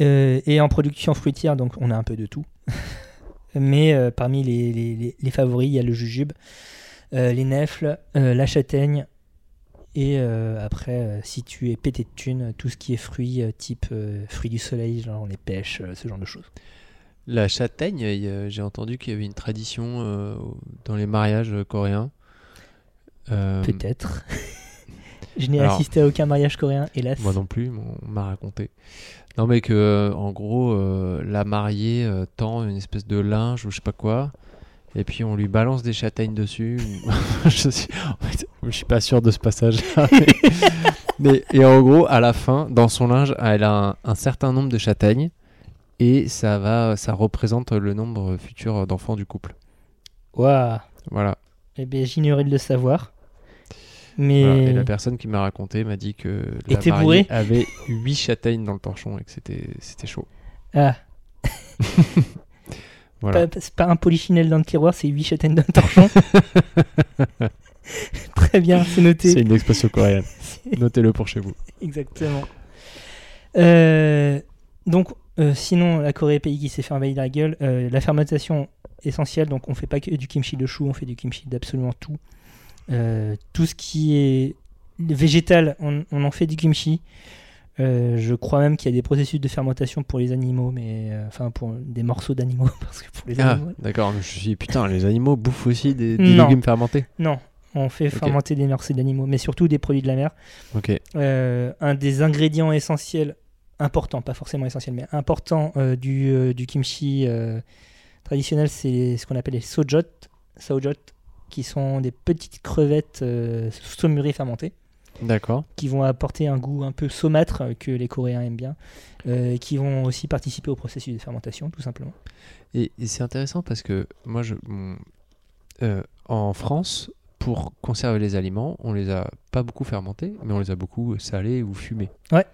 Euh, et en production fruitière, donc on a un peu de tout. [laughs] Mais euh, parmi les, les- les- les favoris, il y a le jujube, euh, les nefles, euh, la châtaigne, et euh, après, euh, si tu es pété de thunes, tout ce qui est fruits, euh, type euh, fruits du soleil, genre les pêches, euh, ce genre de choses.
La châtaigne, il y a- j'ai entendu qu'il y avait une tradition euh, dans les mariages coréens. Euh,
Peut-être. [laughs] Je n'ai
Alors-
assisté à aucun mariage coréen, hélas.
Moi non plus, mais on m'a raconté. Non, mais que, euh, en gros, euh, la mariée euh, tend une espèce de linge ou je sais pas quoi, et puis on lui balance des châtaignes dessus. [laughs] ou- je, suis... en fait, je suis pas sûr de ce passage. [laughs] mais... mais- et en gros, à la fin, dans son linge, elle a un, un certain nombre de châtaignes, et ça, va, ça représente le nombre futur d'enfants du couple.
Waouh.
Voilà.
Eh bien, j'ignorais de le savoir. Mais
Voilà. Et la personne qui m'a raconté m'a dit que la
Était
mariée
bourré
avait 8 châtaignes dans le torchon et que c'était c'était chaud.
Ah.
[laughs] Voilà.
pas- c'est pas un polichinelle dans le tiroir, c'est 8 châtaignes d'un torchon.
[laughs]
[laughs] Très bien, c'est noté.
une expression coréenne.
[laughs]
Notez-le pour chez vous.
Exactement. Euh, donc, euh, sinon, la Corée, pays qui s'est fait envahir la gueule, euh, la fermentation essentielle, donc on fait pas que du kimchi de chou, on fait du kimchi d'absolument tout. Euh, tout ce qui est végétal, on, on en fait du kimchi. Euh, je crois même qu'il y a des processus de fermentation pour les animaux, mais euh, enfin pour des morceaux d'animaux, [laughs] parce que pour les
Ah,
animaux,
d'accord. Je me suis dit, putain, les animaux bouffent aussi des, des
Non.
légumes fermentés.
non, on fait
Ok.
fermenter des morceaux d'animaux, mais surtout des produits de la mer.
Ok.
Euh, un des ingrédients essentiels, important, pas forcément essentiel, mais important euh, du, euh, du kimchi euh, traditionnel, c'est ce qu'on appelle les sojot, saojot, qui sont des petites crevettes euh, saumurées fermentées,
D'accord.
qui vont apporter un goût un peu saumâtre euh, que les Coréens aiment bien, euh, et qui vont aussi participer au processus de fermentation, tout simplement.
Et, et c'est intéressant parce que moi, je, mon- euh, en France, pour conserver les aliments, on les a pas beaucoup fermentés, mais on les a beaucoup salés ou fumés.
Ouais.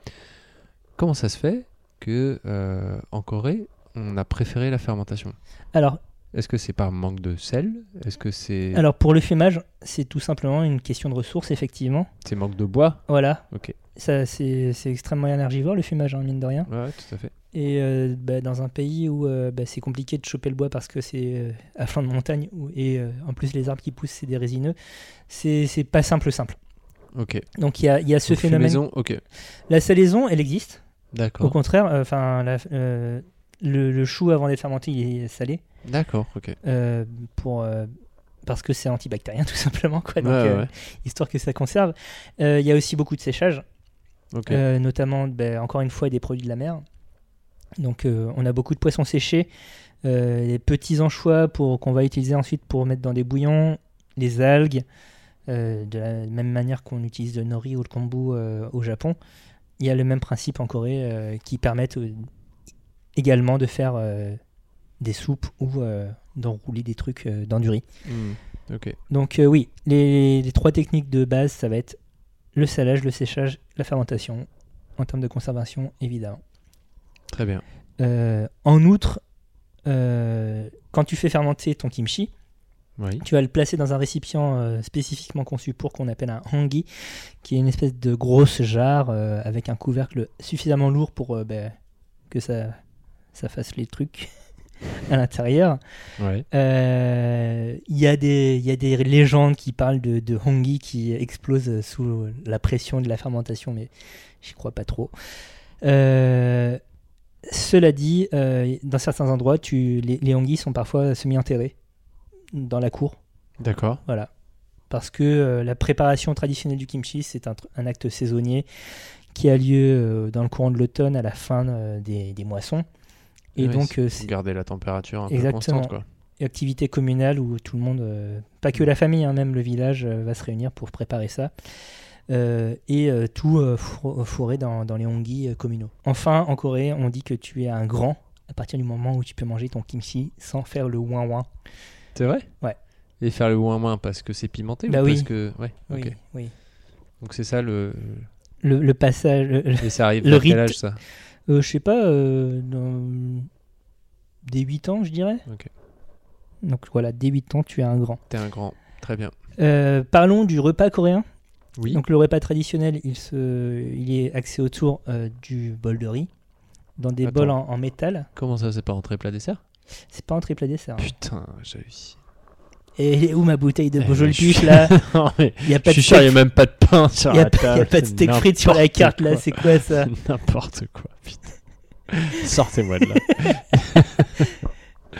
Comment ça se fait que euh, en Corée, on a préféré la fermentation
Alors,
Est-ce que c'est par manque de sel Est-ce que c'est
alors pour le fumage, c'est tout simplement une question de ressources, effectivement.
c'est manque de bois
Voilà.
Ok.
Ça, c'est c'est extrêmement énergivore, le fumage, en mine de rien.
Ouais, tout à fait.
Et euh, bah, dans un pays où euh, bah, c'est compliqué de choper le bois parce que c'est euh, à flanc de montagne où- et euh, en plus les arbres qui poussent c'est des résineux, c'est c'est pas simple simple.
Ok.
Donc il y a, il y a ce
Donc,
phénomène.
fumaison, ok.
La salaison elle existe. Au
D'accord.
contraire, euh, enfin euh, le, le chou avant d'être fermenté il est salé
D'accord, ok.
euh, pour euh, parce que c'est antibactérien [laughs] tout simplement quoi. Donc,
Ouais,
euh,
ouais,
histoire que ça conserve. Euh, Il y a aussi beaucoup de séchage.
ok.
Euh, notamment ben, encore une fois des produits de la mer. Donc euh, on a beaucoup de poissons séchés, euh, les petits anchois pour qu'on va utiliser ensuite pour mettre dans des bouillons, les algues, euh, de la même manière qu'on utilise le nori ou le kombu euh, au Japon. Il y a le même principe en Corée euh, qui permettent euh, également de faire euh, des soupes ou euh, d'enrouler des trucs euh, dans du riz.
Hmm, ok.
Donc euh, oui, les, les trois techniques de base, ça va être le salage, le séchage, la fermentation, en termes de conservation, évidemment.
Très bien.
Euh, en outre, euh, quand tu fais fermenter ton kimchi,
Oui.
tu vas le placer dans un récipient euh, spécifiquement conçu pour qu'on appelle un hangi, qui est une espèce de grosse jarre euh, avec un couvercle suffisamment lourd pour euh, ben, que ça, ça fasse les trucs. [laughs] à l'intérieur.
Ouais.
Euh, Il y, a des- il y a des légendes qui parlent de, de hongi qui explose sous la pression de la fermentation, mais j'y crois pas trop. Euh, cela dit, euh, dans certains endroits, tu, les, les hongis sont parfois semi-enterrés dans la cour.
D'accord.
Voilà. Parce que euh, la préparation traditionnelle du kimchi, c'est un, tr- un acte saisonnier qui a lieu euh, dans le courant de l'automne à la fin euh, des, des moissons. Et
Ouais,
donc, euh,
Pour
c'est
garder la température un
Exactement.
peu constante, quoi.
une activité communale où tout le monde, euh, pas que la famille, hein, même le village, euh, va se réunir pour préparer ça. Euh, et euh, tout euh, fro- fourré dans, dans les hongis euh, communaux. Enfin, en Corée, on dit que tu es un grand à partir du moment où tu peux manger ton kimchi sans faire le ouin ouin.
C'est vrai
Ouais.
Et faire le moins moins parce que c'est pimenté
Bah
ou
oui.
parce que. Ouais,
Oui,
ok.
oui.
Donc c'est ça le.
Le, le passage, le- le-
Et ça arrive
Le
vers quel
rite.
âge ça
Euh, je sais pas, euh, dans- dès 8 ans, je dirais.
Ok.
Donc voilà, dès 8 ans, tu es un grand.
T'es un grand. Très bien.
Euh, parlons du repas coréen.
Oui.
Donc le repas traditionnel, il, se, il est axé autour euh, du bol de riz, dans des
Attends.
bols en, en métal.
Comment ça, c'est pas rentré plat dessert
C'est pas un triple à dessert. hein.
Putain, j'ai réussi.
Et elle est où ma bouteille de
Eh,
Beaujolais
mais je suis- [laughs]
Puch, là
non, mais
Il y a
je
pas de
suis sûr, il n'y a
steak,
même pas de pain sur
y a
la
pas-
table.
y a pas de steak frites sur la
n'importe
carte là,
quoi.
c'est
[laughs]
quoi ça
C'est N'importe quoi, putain. [laughs] Sortez-moi de là.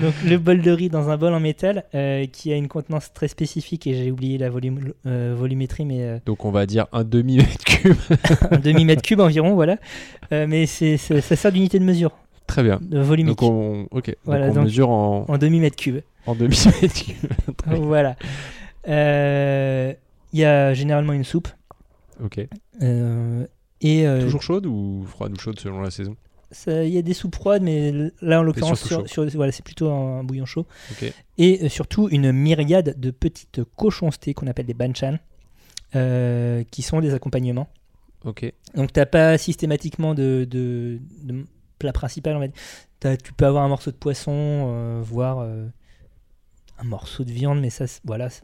Donc le bol de riz dans un bol en métal euh, qui a une contenance très spécifique et j'ai oublié la volume- euh, volumétrie mais euh,
Donc on va dire un demi-mètre cube.
un demi mètre cube environ, voilà. Euh, mais c'est, c'est- ça sert d'unité de mesure,
Très bien.
de volume
Donc on, ok. Donc
Voilà,
on
donc-
mesure en,
en demi mètre cube.
en demi-mètre cube. Très bien.
voilà. Euh, Il y a généralement une soupe.
ok.
euh, et euh,
Toujours chaude ou froide ou chaude selon la saison
ça- il y a des soupes froides, mais l- là en l'occurrence,
surtout
sur, sur- voilà, c'est plutôt un, un bouillon chaud.
Ok.
Et euh, surtout une myriade de petites cochoncetés qu'on appelle des banchan, euh, qui sont des accompagnements.
Ok.
Donc t'as pas systématiquement de, de- de plat principal en fait. T'as- tu peux avoir un morceau de poisson, euh, voire euh, un morceau de viande, mais ça, c'est- voilà, c'est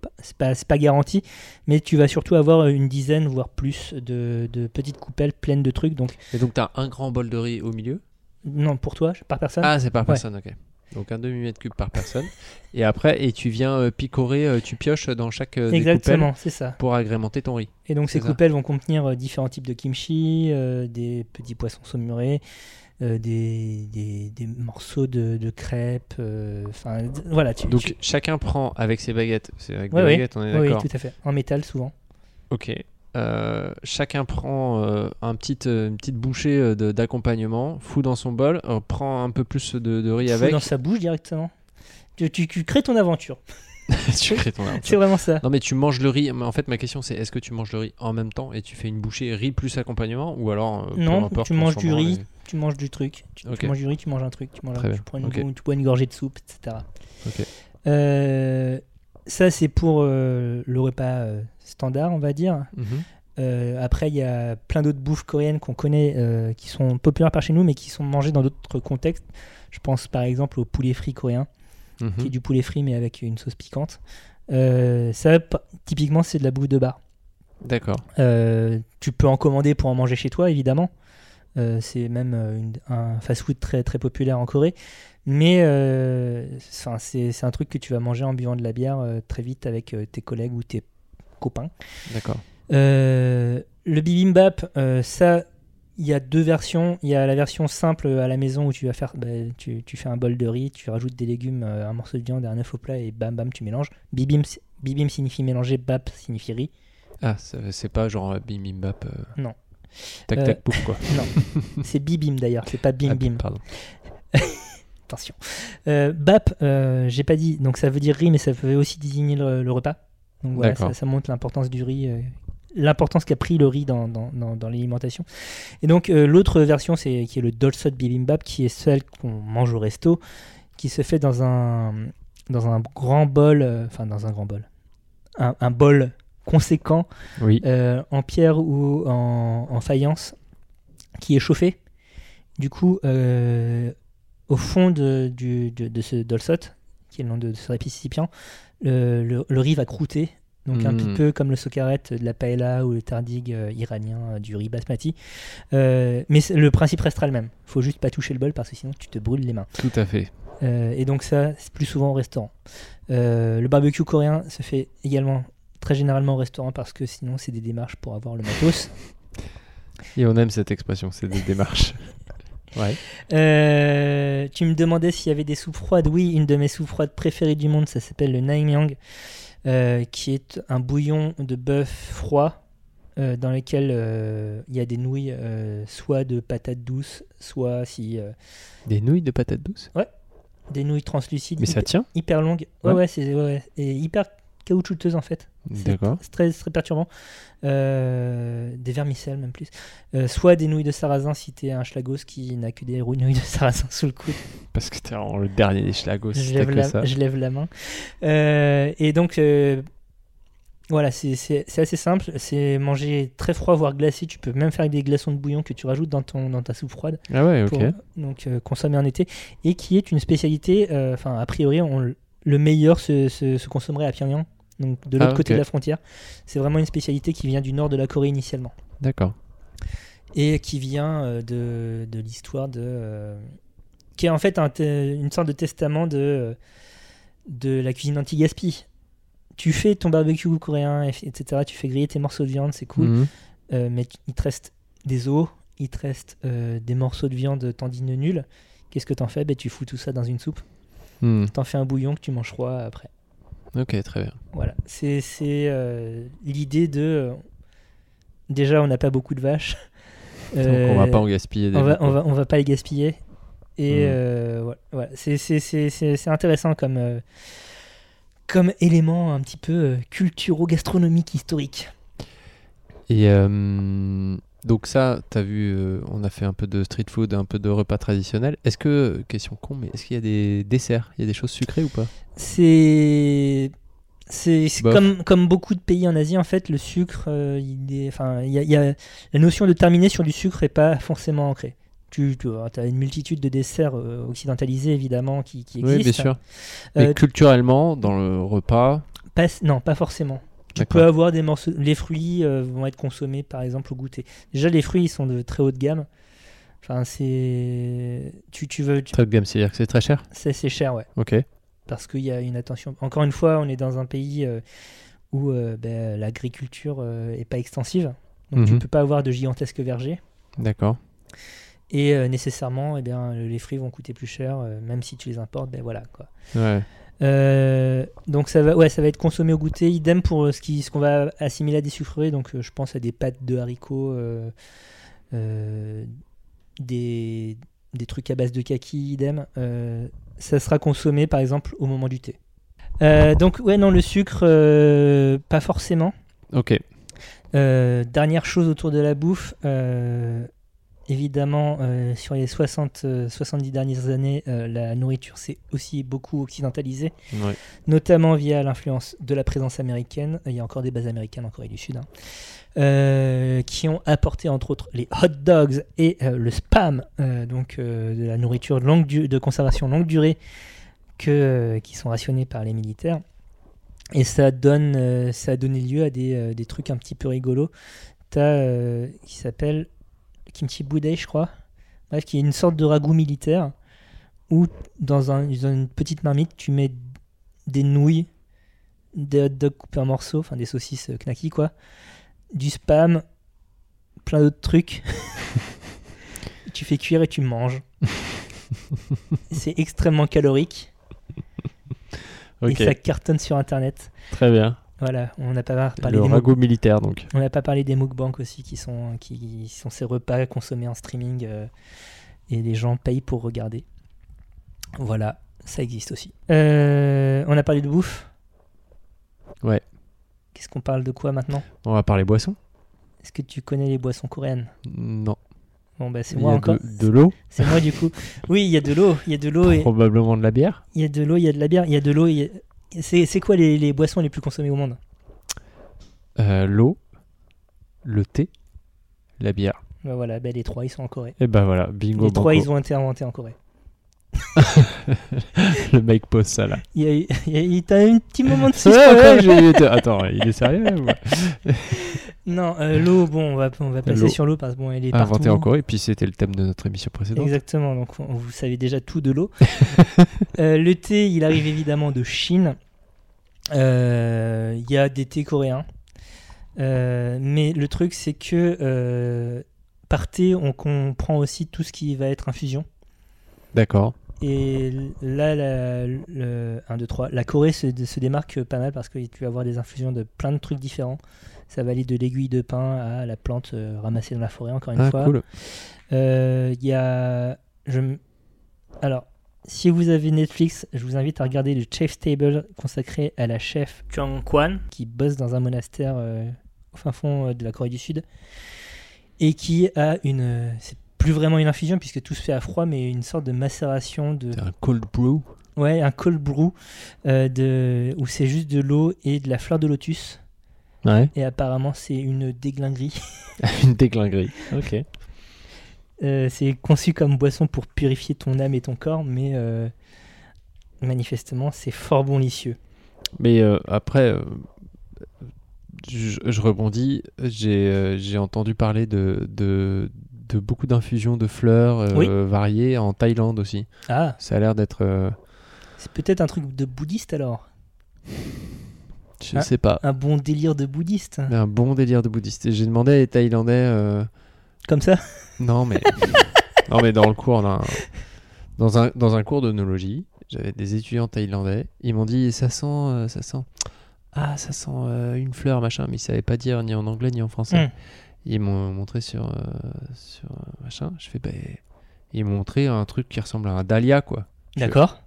pas, c'est pas, c'est pas garanti. Mais tu vas surtout avoir une dizaine, voire plus, de, de petites coupelles pleines de trucs. Donc
Et donc t'as un grand bol de riz au milieu
non, pour toi, par personne.
Ah, c'est par
Ouais.
personne, ok. Donc un demi-mètre cube par
[laughs]
personne. et après, et tu viens euh, picorer, euh, tu pioches dans chaque euh, des coupelles
Exactement, c'est ça.
pour agrémenter ton riz.
Et donc ces
C'est ça.
coupelles vont contenir euh, différents types de kimchi, euh, des petits poissons saumurés, euh, des, des- des morceaux de, de crêpes. euh, Enfin d- voilà, tu,
Donc
tu-
chacun prend avec ses baguettes, c'est avec
Ouais,
des
ouais.
baguettes, on est
Oui, oui,
d'accord.
tout à fait. En métal, souvent.
Ok. Euh, chacun prend euh, un petit, euh, une petite bouchée euh, de- d'accompagnement, fout dans son bol, euh, prend un peu plus de, de riz
Fous
avec. [laughs]
Dans sa bouche directement. Tu, tu- tu crées ton aventure. [laughs]
tu crées ton arbre.
C'est vraiment ça.
Non mais tu manges le riz. Mais en fait ma question c'est est-ce que tu manges le riz en même temps et tu fais une bouchée riz plus accompagnement ou alors euh, peu
Non,
importe,
tu
on
manges
s'en
du
branle
riz.
et-
Tu manges du truc. Tu, tu
Ok.
manges du riz, tu manges un truc. Tu, manges un-
Très
tu
bien.
prends une,
Ok.
gou- tu bois une gorgée de soupe, etc.
Ok.
Euh, ça, c'est pour euh, le repas euh, standard, on va dire.
Mhm.
Euh, après, il y a plein d'autres bouffes coréennes qu'on connaît, euh, qui sont populaires par chez nous, mais qui sont mangées dans d'autres contextes. Je pense par exemple au poulet frit coréen.
Mhm.
qui est du poulet frit mais avec une sauce piquante. Euh, ça, pa- typiquement, c'est de la bouffe de bar.
D'accord.
Euh, tu peux en commander pour en manger chez toi, évidemment. Euh, c'est même euh, une- un fast-food très, très populaire en Corée. Mais euh, enfin, c'est c'est un truc que tu vas manger en buvant de la bière euh, très vite avec euh, tes collègues ou tes copains.
D'accord.
Euh, le bibimbap, euh, ça, il y a deux versions. Il y a la version simple à la maison où tu vas faire, bah, tu, tu fais un bol de riz, tu rajoutes des légumes, euh, un morceau de viande, et un œuf au plat et bam bam, tu mélanges. Bibim, bibim signifie mélanger, bap signifie riz.
Ah, ça- c'est pas genre euh, bim bim bap. euh,
Non.
Tac
Euh,
tac pouf quoi.
C'est bibim d'ailleurs, c'est pas [laughs] bim
Ah,
bim.
Pardon.
Attention. Euh, bap, euh, j'ai pas dit, donc ça veut dire riz, mais ça peut aussi désigner le, le repas. Donc voilà,
D'accord.
ça, ça montre l'importance du riz, euh, l'importance qu'a pris le riz dans, dans, dans- dans l'alimentation. Et donc euh, l'autre version, c'est qui est le dolsot bibimbap, qui est celle qu'on mange au resto, qui se fait dans un dans un grand bol, euh, enfin dans un grand bol, un, un bol conséquent
Oui.
euh, en pierre ou en, en faïence qui est chauffé. Du coup, euh, au fond de, du- de- de ce dolsot, qui est le nom de, de ce récipient, le, le- le riz va croûter donc un
Mm.
petit peu comme le socaret de la paella ou le tardig euh, iranien euh, du riz basmati. Euh, mais c'est- le principe restera le même. Faut juste pas toucher le bol parce que sinon tu te brûles les mains.
Tout à fait.
Euh, et donc ça, c'est plus souvent au restaurant. Euh, le barbecue coréen se fait également très généralement au restaurant parce que sinon c'est des démarches pour avoir le matos.
Et on aime cette expression, c'est des
[laughs]
démarches. ouais.
Euh, tu me demandais s'il y avait des soupes froides. Oui, une de mes soupes froides préférées du monde, ça s'appelle le naengmyeon, euh, qui est un bouillon de bœuf froid euh, dans lequel euh, il y a des nouilles, euh, soit de patates douces, soit si euh,
Des nouilles de patates douces
des nouilles translucides,
Mais ça
hyper,
tient
hyper longues. Ouais,
Ouais.
ouais, c'est ouais, ouais, et hyper caoutchouteuses en fait. C'est-
D'accord.
C'est très, très perturbant. Euh, des vermicelles, même plus. Euh, soit des nouilles de sarrasin si t'es un schlagos qui n'a que des nouilles de sarrasin sous le coude.
Parce que t'es en- le dernier des schlagos,
je
c'était
lève,
que ça.
la, je lève la main. Euh, et donc, euh, voilà, c'est- c'est c'est assez simple. C'est manger très froid, voire glacé. Tu peux même faire avec des glaçons de bouillon que tu rajoutes dans, ton, dans ta soupe froide.
Ah ouais, ok.
pour, donc, euh, consommer en été. Et qui est une spécialité, euh, enfin, a priori, on, l- le meilleur se, se- se consommerait à Pyongyang. Donc, de
Ah,
l'autre côté
ok.
de la frontière. C'est vraiment une spécialité qui vient du nord de la Corée initialement.
D'accord.
Et qui vient euh, de, de l'histoire de. euh, qui est en fait un te- une sorte de testament de, euh, de la cuisine anti-gaspi. Tu fais ton barbecue coréen, et- etc. Tu fais griller tes morceaux de viande, c'est cool.
Mhm.
Euh, mais tu- il te reste des os, il te reste euh, des morceaux de viande tendineux nuls. Qu'est-ce que t'en fais ben, Tu fous tout ça dans une soupe.
Mhm.
T'en fais un bouillon que tu manges froid après.
Ok, très bien.
Voilà, c'est c'est, euh, l'idée de. euh, déjà, on n'a pas beaucoup de vaches.
[laughs] Donc on va
Euh,
pas en gaspiller des
on va,
beaucoup.
on, va, on va pas les gaspiller. Et
Mm.
euh, voilà, voilà. C'est- c'est- c'est c'est- c'est intéressant comme, euh, comme élément un petit peu euh, culturo-gastronomique historique.
Et euh, donc ça, t'as vu, euh, on a fait un peu de street food, un peu de repas traditionnels. Est-ce que, question con, mais est-ce qu'il y a des desserts Il y a des choses sucrées ou pas
C'est. C'est c'est
Bof.
comme, comme beaucoup de pays en Asie, en fait, le sucre, euh, il est, enfin, il y a, il y a- la notion de terminer sur du sucre n'est pas forcément ancrée. Tu, tu as une multitude de desserts euh, occidentalisés, évidemment, qui, qui existent.
Oui, bien sûr.
Euh,
mais culturellement, dans le repas,
Pas- non, pas forcément. Tu
D'accord.
peux avoir des morceaux. Les fruits euh, vont être consommés, par exemple, au goûter. Déjà, les fruits, ils sont de très haute gamme. Enfin, c'est. Tu, tu veux. tu-
très de gamme, c'est-à-dire que c'est très cher.
C'est c'est cher, ouais.
Ok.
Parce qu'il y a une attention. Encore une fois, on est dans un pays euh, où euh, ben, l'agriculture euh, est pas extensive. Donc, tu
Mhm.
peux pas avoir de gigantesques vergers.
D'accord.
Et euh, nécessairement, eh bien, les fruits vont coûter plus cher, euh, même si tu les importes. Ben voilà, quoi.
Ouais.
Euh, donc ça va, ouais, ça va être consommé au goûter. Idem pour euh, ce qui- ce qu'on va assimiler à des sucreries. Donc euh, je pense à des pâtes de haricots, euh, euh, des, des trucs à base de kaki, idem. Euh, ça sera consommé par exemple au moment du thé. Euh, donc ouais, non, le sucre, euh, pas forcément.
Ok.
Euh, dernière chose autour de la bouffe, euh, évidemment, euh, sur les 60, euh, 70 dernières années, euh, la nourriture s'est aussi beaucoup occidentalisée
Ouais.
notamment via l'influence de la présence américaine. Il y a encore des bases américaines en Corée du Sud, hein, euh, qui ont apporté entre autres les hot dogs et euh, le spam, euh, donc euh, de la nourriture de longue du- de conservation longue durée que, euh, qui sont rationnés par les militaires. Et ça, donne, euh, ça a donné lieu à des, euh, des trucs un petit peu rigolos. T'as euh, qui s'appelle Kimchi Budai, je crois. Bref, qui est une sorte de ragoût militaire où dans, un- dans une petite marmite, tu mets des nouilles, des hot dogs coupés en morceaux, enfin des saucisses euh, knacky quoi, du spam, plein d'autres trucs. tu fais cuire et tu manges. C'est extrêmement calorique
Ok.
et ça cartonne sur internet.
Très bien.
Voilà, on n'a pas parlé
Le
des muk-
ragoût militaire, donc.
on n'a pas parlé des mukbangs aussi qui sont qui sont ces repas consommés en streaming euh, et les gens payent pour regarder. Voilà, ça existe aussi. Euh, on a parlé de bouffe.
Ouais.
Qu'est-ce qu'on parle de quoi maintenant
On va parler boissons
Est-ce que tu connais les boissons coréennes
Non.
Bon bah c'est
Il y
moi
a
encore.
de, de l'eau,
C'est moi
[laughs]
du coup. Oui, il y a de l'eau, il y a de l'eau et
probablement de la bière.
il y a de l'eau, il y a de la bière, il y a de l'eau. il y a- C'est c'est quoi les, les boissons les plus consommées au monde
Euh, l'eau, le thé, la bière. Eh
Bah voilà, bah les trois ils sont en Corée.
Et ben voilà, bingo.
les trois
banco.
ils ont été inventés en Corée.
le mec pose ça
[laughs]
là.
Il y a eu- il y a eu il t'as eu un petit moment
[laughs] Ouais,
de suspense.
ouais,
quand même.
j'ai- il était- Attends, il est
[laughs]
sérieux ou quoi
Non, euh, l'eau, bon, on va, on va passer
L'eau. Ah,
sur l'eau parce que bon, elle est partout. hein.
Inventé en Corée, puis c'était le thème de notre émission précédente.
Exactement, donc on- vous savez déjà tout
[laughs]
de l'eau. Euh, le thé, il arrive évidemment de Chine. Euh, Il y a des thés coréens. Euh, mais le truc, c'est que euh, par thé, on comprend aussi tout ce qui va être infusion.
D'accord.
Et là, la, le- un, deux, trois. la Corée se, se démarque pas mal parce que tu vas avoir des infusions de plein de trucs différents. Ça va aller de l'aiguille de pin à la plante euh, ramassée dans la forêt, encore une
Ah,
fois.
cool.
Euh, Il y a. Je... m- Alors, si vous avez Netflix, je vous invite à regarder le Chef's Table consacré à la chef Chang Kwan, qui bosse dans un monastère euh, au fin fond euh, de la Corée du Sud, et qui a une. euh, C'est plus vraiment une infusion puisque tout se fait à froid, mais une sorte de macération de.
C'est un cold brew.
Ouais, un cold brew euh, de... où c'est juste de l'eau et de la fleur de lotus.
Ouais.
Et apparemment, c'est une déglinguerie. [laughs]
Une déglinguerie. Ok.
Euh, c'est conçu comme boisson pour purifier ton âme et ton corps, mais euh, manifestement, c'est fort bon licieux.
Mais euh, après, euh, je, je rebondis, j'ai euh, j'ai entendu parler de, de, de beaucoup d'infusions de fleurs euh,
Oui.
variées en Thaïlande aussi.
Ah,
Ça a l'air d'être... euh,
c'est peut-être un truc de bouddhiste alors
je
Ah.
sais pas.
Un bon délire de bouddhiste
mais Un bon délire de bouddhiste. Et J'ai demandé à les Thaïlandais... euh,
Comme ça
Non, mais... non, mais dans le cours, d'un- dans, un, dans un cours d'onologie, j'avais des étudiants thaïlandais. Ils m'ont dit, ça sent... euh, ça sent... Ah, ça sent euh, une fleur, machin. Mais ils savaient pas dire ni en anglais ni en français.
Mm.
Ils m'ont montré sur, euh, sur euh, machin. Je fais, ben. Ils m'ont montré un truc qui ressemble à un dahlia, quoi.
D'accord.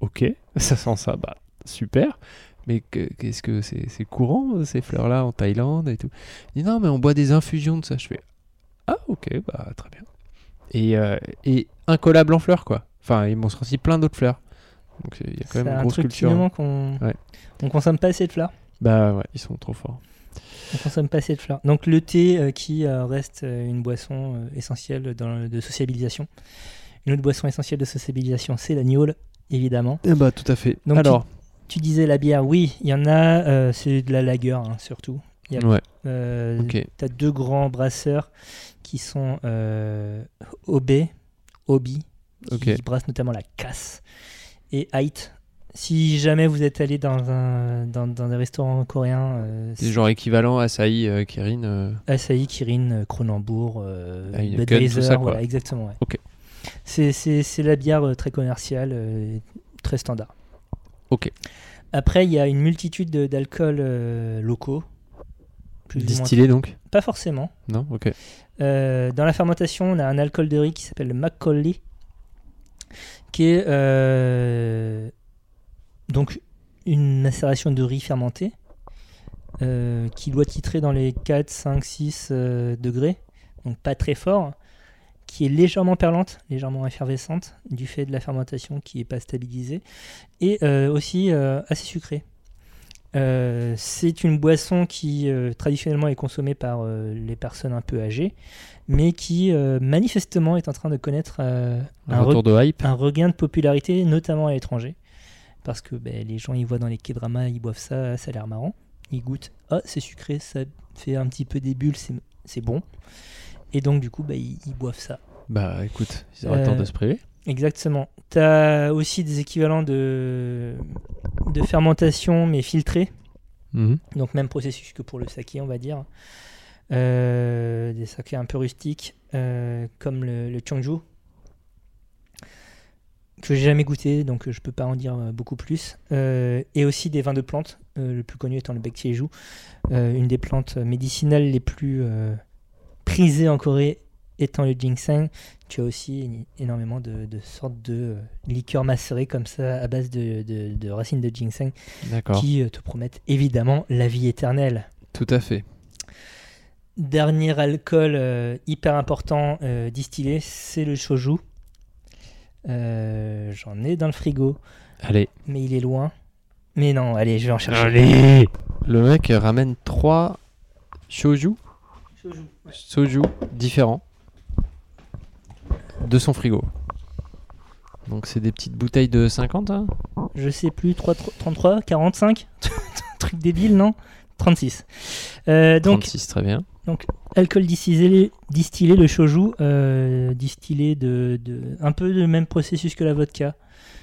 Ok, [laughs] ça sent ça, bah super. Mais que- qu'est-ce que c'est c'est courant, euh, ces fleurs-là, en Thaïlande et tout Il dit, non, mais on boit des infusions de ça. Je fais, ah ok, bah très bien. Et, euh, et incollable en fleurs, quoi. Enfin, ils m'ont sorti plein d'autres fleurs. Donc il y a quand
C'est
même une
un
grosse
truc
culture. hein.
finalement qu'on
Ouais.
on consomme pas assez de fleurs.
Bah ouais, ils sont trop forts.
On consomme pas assez de fleurs. Donc le thé euh, qui euh, reste euh, une boisson euh, essentielle dans le- de sociabilisation. Une autre boisson essentielle de sociabilisation, c'est la gnôle, évidemment.
Eh bah tout à fait.
Donc,
Alors,
Tu disais la bière, oui, il y en a, euh, c'est de la lager hein, surtout. il y a-
ouais,
Euh,
ok.
T'as deux grands brasseurs qui sont euh, Obé, Obi, qui
Ok.
brasse notamment la casse, et Height. Si jamais vous êtes allé dans un dans, dans des restaurants coréens, euh,
C'est genre équivalent à Saï, euh, Kirin. euh,
Asahi, Kirin, euh, Kronenbourg, euh,
Heineken,
Budweiser,
Ah, tout ça, quoi.
voilà, exactement. ouais.
Ok.
C'est- C'est c'est la bière euh, très commerciale, euh, très standard.
Ok.
Après, il y a une multitude de- d'alcools euh, locaux. plus ou moins-
Distillé donc
Pas forcément.
Non Ok.
Euh, dans la fermentation, on a un alcool de riz qui s'appelle le Macaulay, qui est euh, donc une macération de riz fermenté euh, qui doit titrer dans les 4, 5, 6 euh, degrés, donc pas très fort, qui est légèrement perlante, légèrement effervescente du fait de la fermentation qui n'est pas stabilisée, et euh, aussi euh, assez sucrée. Euh, c'est une boisson qui euh, traditionnellement est consommée par euh, les personnes un peu âgées, mais qui euh, manifestement est en train de connaître euh,
Un, retour de hype
un regain de popularité, notamment à l'étranger. Parce que ben, les gens, ils voient dans les K-dramas, ils boivent ça, ça a l'air marrant. Ils goûtent, ah, c'est sucré, ça fait un petit peu des bulles, c'est- c'est bon. Et donc, du coup, ben, ils, ils boivent ça.
Bah écoute, ils auraient le
Euh,
temps de se priver.
Exactement. T'as aussi des équivalents de, de fermentation, mais filtrés.
Mhm.
Donc même processus que pour le saké, on va dire. Euh, des sakés un peu rustiques, euh, comme le, le Chongju, que j'ai jamais goûté, donc euh, je peux pas en dire euh, beaucoup plus. Euh, et aussi des vins de plantes, euh, le plus connu étant le Baekjeju, euh, une des plantes médicinales les plus euh, prisées en Corée étant le ginseng. Tu as aussi éni- énormément de, de sortes de euh, liqueurs macérées comme ça à base de- de- de racines de ginseng
D'accord.
qui euh, te promettent évidemment la vie éternelle.
Tout à fait.
Dernier alcool euh, hyper important euh, distillé, c'est le shoju. Euh, J'en ai dans le frigo,
Allez.
mais il est loin. Mais non, allez, je vais en chercher.
Le mec ramène trois shoju, soju différents de son frigo. Donc c'est des petites bouteilles de 50 hein
je sais plus, 3, 33, 45, [laughs] truc débile, non 36. Euh, donc,
36, très bien.
alcool distillé, distillé le shoju, euh, distillé de, de- un peu le même processus que la vodka.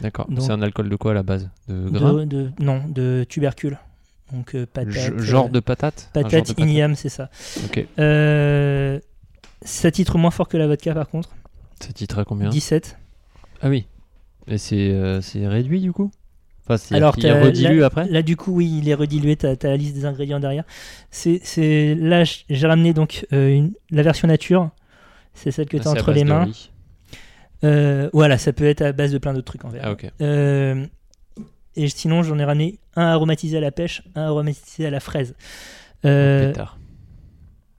D'accord.
donc-
C'est un alcool de quoi à la base De grain
De, de- non, de tubercule. Donc, euh, patate.
Je-
euh,
Genre de patate Un genre de
Patate, igname, c'est ça.
Ok.
Euh, ça titre moins fort que la vodka, par contre.
Ça titre à combien
17.
Ah oui. Et c'est euh, c'est réduit du coup Enfin, c'est
Alors,
il est
t'as-
redilu après Ah,
Là, du coup, oui, il est redilué. T'as t'as la liste des ingrédients derrière. C'est, c'est- là, j- j'ai ramené donc euh, une- la version nature. C'est celle que
Ah,
t'as
c'est à
entre
base
les
de
mains.
riz.
Euh, voilà, ça peut être à base de plein d'autres trucs en verre.
Ah ok.
Euh, et sinon, j'en ai ramené un aromatisé à la pêche, un aromatisé à la fraise. Euh,
Ah, Pétard.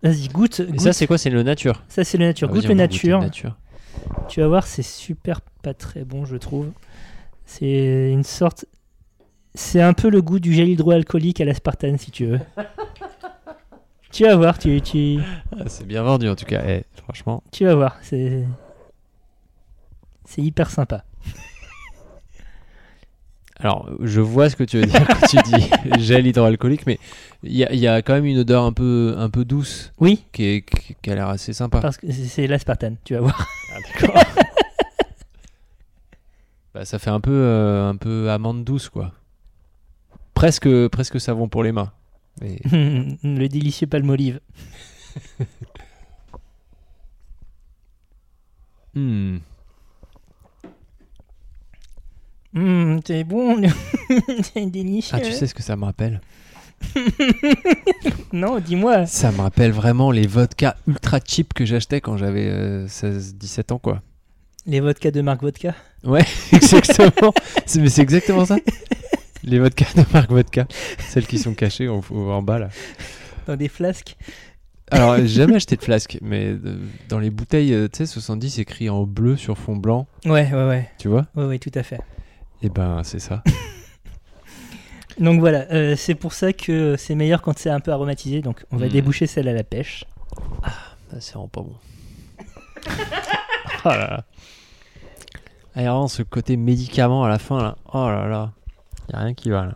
vas-y, goûte.
Et
goûte.
ça c'est quoi C'est le nature.
Ça, c'est le nature.
Ah,
goûte
vas-y,
le
on va goûter
nature.
le nature.
Tu vas voir, c'est super pas très bon, je trouve. C'est une sorte. C'est un peu le goût du gel hydroalcoolique à l'aspartame, si
[laughs]
tu veux. tu vas voir, tu, tu,
Ah, c'est bien vendu en tout cas. Eh, franchement.
tu vas voir. C'est. C'est hyper sympa.
Alors, je vois ce que tu veux dire quand tu dis gel hydroalcoolique, mais il y, a- il y a quand même une odeur un peu, un peu douce
Oui,
qui, est- qui- qui a l'air assez sympa. Ah,
parce que c'est- c'est l'aspartame, tu vas voir. [laughs]
d'accord. bah, ça fait un peu, euh, un peu amande douce, quoi. Presque, presque savon pour les mains. Mais
le délicieux palmolive.
Hmm.
Hum, c'est bon, [laughs] c'est délicieux.
ah, tu sais ce que ça me rappelle
Non, dis-moi.
Ça me rappelle vraiment les vodkas ultra cheap que j'achetais quand j'avais 16-17 ans, quoi.
Les vodkas de marque Vodka
[laughs] exactement. C'est- mais c'est exactement ça. Les vodkas de marque Vodka, celles qui sont cachées en, en bas là.
dans des flasques.
Alors, j'ai jamais acheté de flasque, mais euh, dans les bouteilles, euh, tu sais, 70 écrit en bleu sur fond blanc,
Ouais, ouais, ouais.
tu vois
Ouais, ouais, tout à fait.
Et ben, c'est ça.
Donc voilà, euh, c'est pour ça que c'est meilleur quand c'est un peu aromatisé. Donc on va
Mm.
déboucher celle à la pêche.
Ah, c'est vraiment pas bon. [laughs] oh là là. Ah, il y a vraiment ce côté médicament à la fin là. Oh là là. Il a rien qui va là.